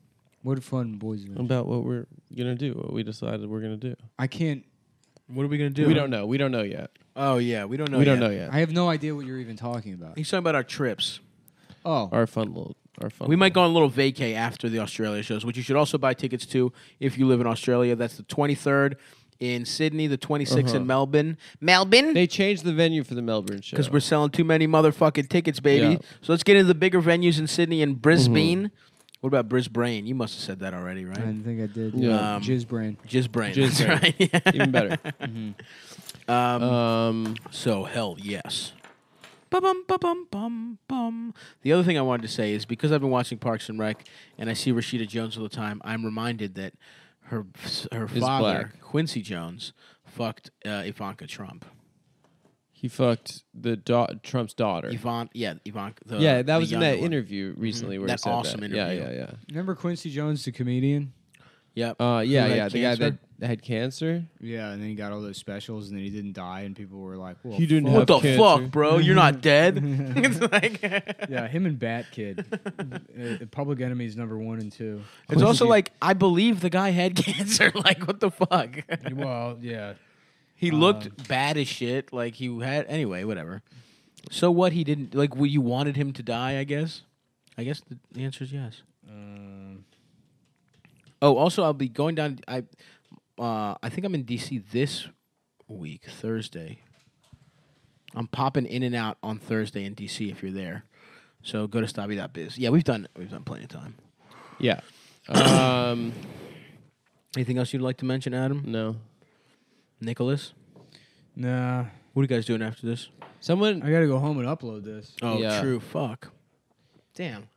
What fun boys event?
about what we're gonna do. What we decided we're gonna do.
I can't.
What are we gonna do?
We don't know. We don't know yet.
Oh yeah, we don't know.
we don't
yet.
know yet.
I have no idea what you're even talking about.
He's talking about our trips.
Oh,
our fun little. Our fun.
We
little-
might go on a little vacay after the Australia shows, which you should also buy tickets to if you live in Australia. That's the 23rd in Sydney, the 26th
Uh-huh.
in Melbourne. Melbourne.
They changed the venue for the Melbourne show.
because we're selling too many motherfucking tickets, baby.
Yeah. Mm-hmm.
So let's get into the bigger venues in Sydney and Brisbane. What about Brisbane? You must have said that already,
I
right?
didn't think I did.
Yeah.
Um,
Jizz brain.
Just brain.
Jizz
that's right.
even better.
um,
Um,
so hell yes. Bum bum bum bum. The other thing I wanted to say is because I've been watching Parks and Rec and I see Rashida Jones all the time, I'm reminded that her her father
black.
Quincy Jones fucked uh, Ivanka Trump.
he fucked the da- Trump's daughter.
Ivan, yeah, Ivanka. The,
yeah, that
the
was in
younger
that
one. Mm-hmm.
interview recently where he
That
said
awesome
that. Yeah,
interview.
yeah,
Remember Quincy Jones, the comedian?
Yep.
yeah. Uh, yeah,
Who had
yeah. The guy
cancer?
that had cancer.
Yeah, and then he got all those specials, and then he didn't die, and people were like, "Well,
He didn't
fuck.
What the
have cancer.
fuck, bro? You're not dead. Mm-hmm. it's like
Yeah, him and Bat Kid, Uh, Public Enemies number one and two.
it's also like I believe the guy had cancer. like what the fuck?
well, yeah,
he looked bad as shit. Like he had anyway. Whatever. So what? He didn't like. Well, you wanted him to die. I guess. I guess the, the answer is yes.
um,
Oh, also I'll be going down. I uh, I think I'm in DC this week, Thursday. I'm popping in and out on Thursday in DC if you're there. So go to stabby.biz. Yeah, we've done we've done plenty of time.
Yeah. Um,
Anything else you'd like to mention, Adam?
no.
Nicholas?
nah,
What are you guys doing after this?
Someone.
I gotta go home and upload this.
Oh,
Yeah.
true. Fuck. Damn.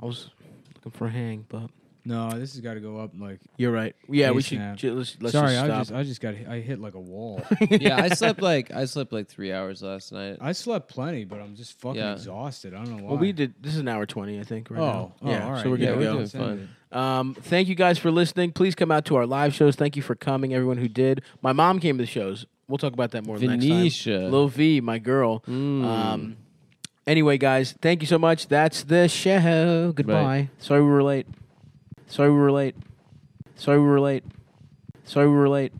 I was looking for a hang, but
No, this has got to go up. Like,
you're right. Yeah, we
Peace,
should.
man.
Ju- let's let's
sorry,
just
I
stop.
just I just got I hit like a wall.
yeah, I slept like I slept like three hours last night.
I slept plenty, but I'm just fucking
Yeah.
exhausted. I don't know why.
well, we did. This is an hour twenty, I think. Right
Oh,
now.
oh,
yeah.
all right.
So we're
Yeah,
good to
we're
go.
doing fine.
Um, thank you guys for listening. Please come out to our live shows. Thank you for coming, everyone who did. My mom came to the shows. We'll talk about that more next
Venetia.
time. Lil V, my girl. Um, anyway, guys, thank you so much. That's the show. Goodbye. Sorry we were late. Sorry we were late. Sorry we were late. Sorry we were late.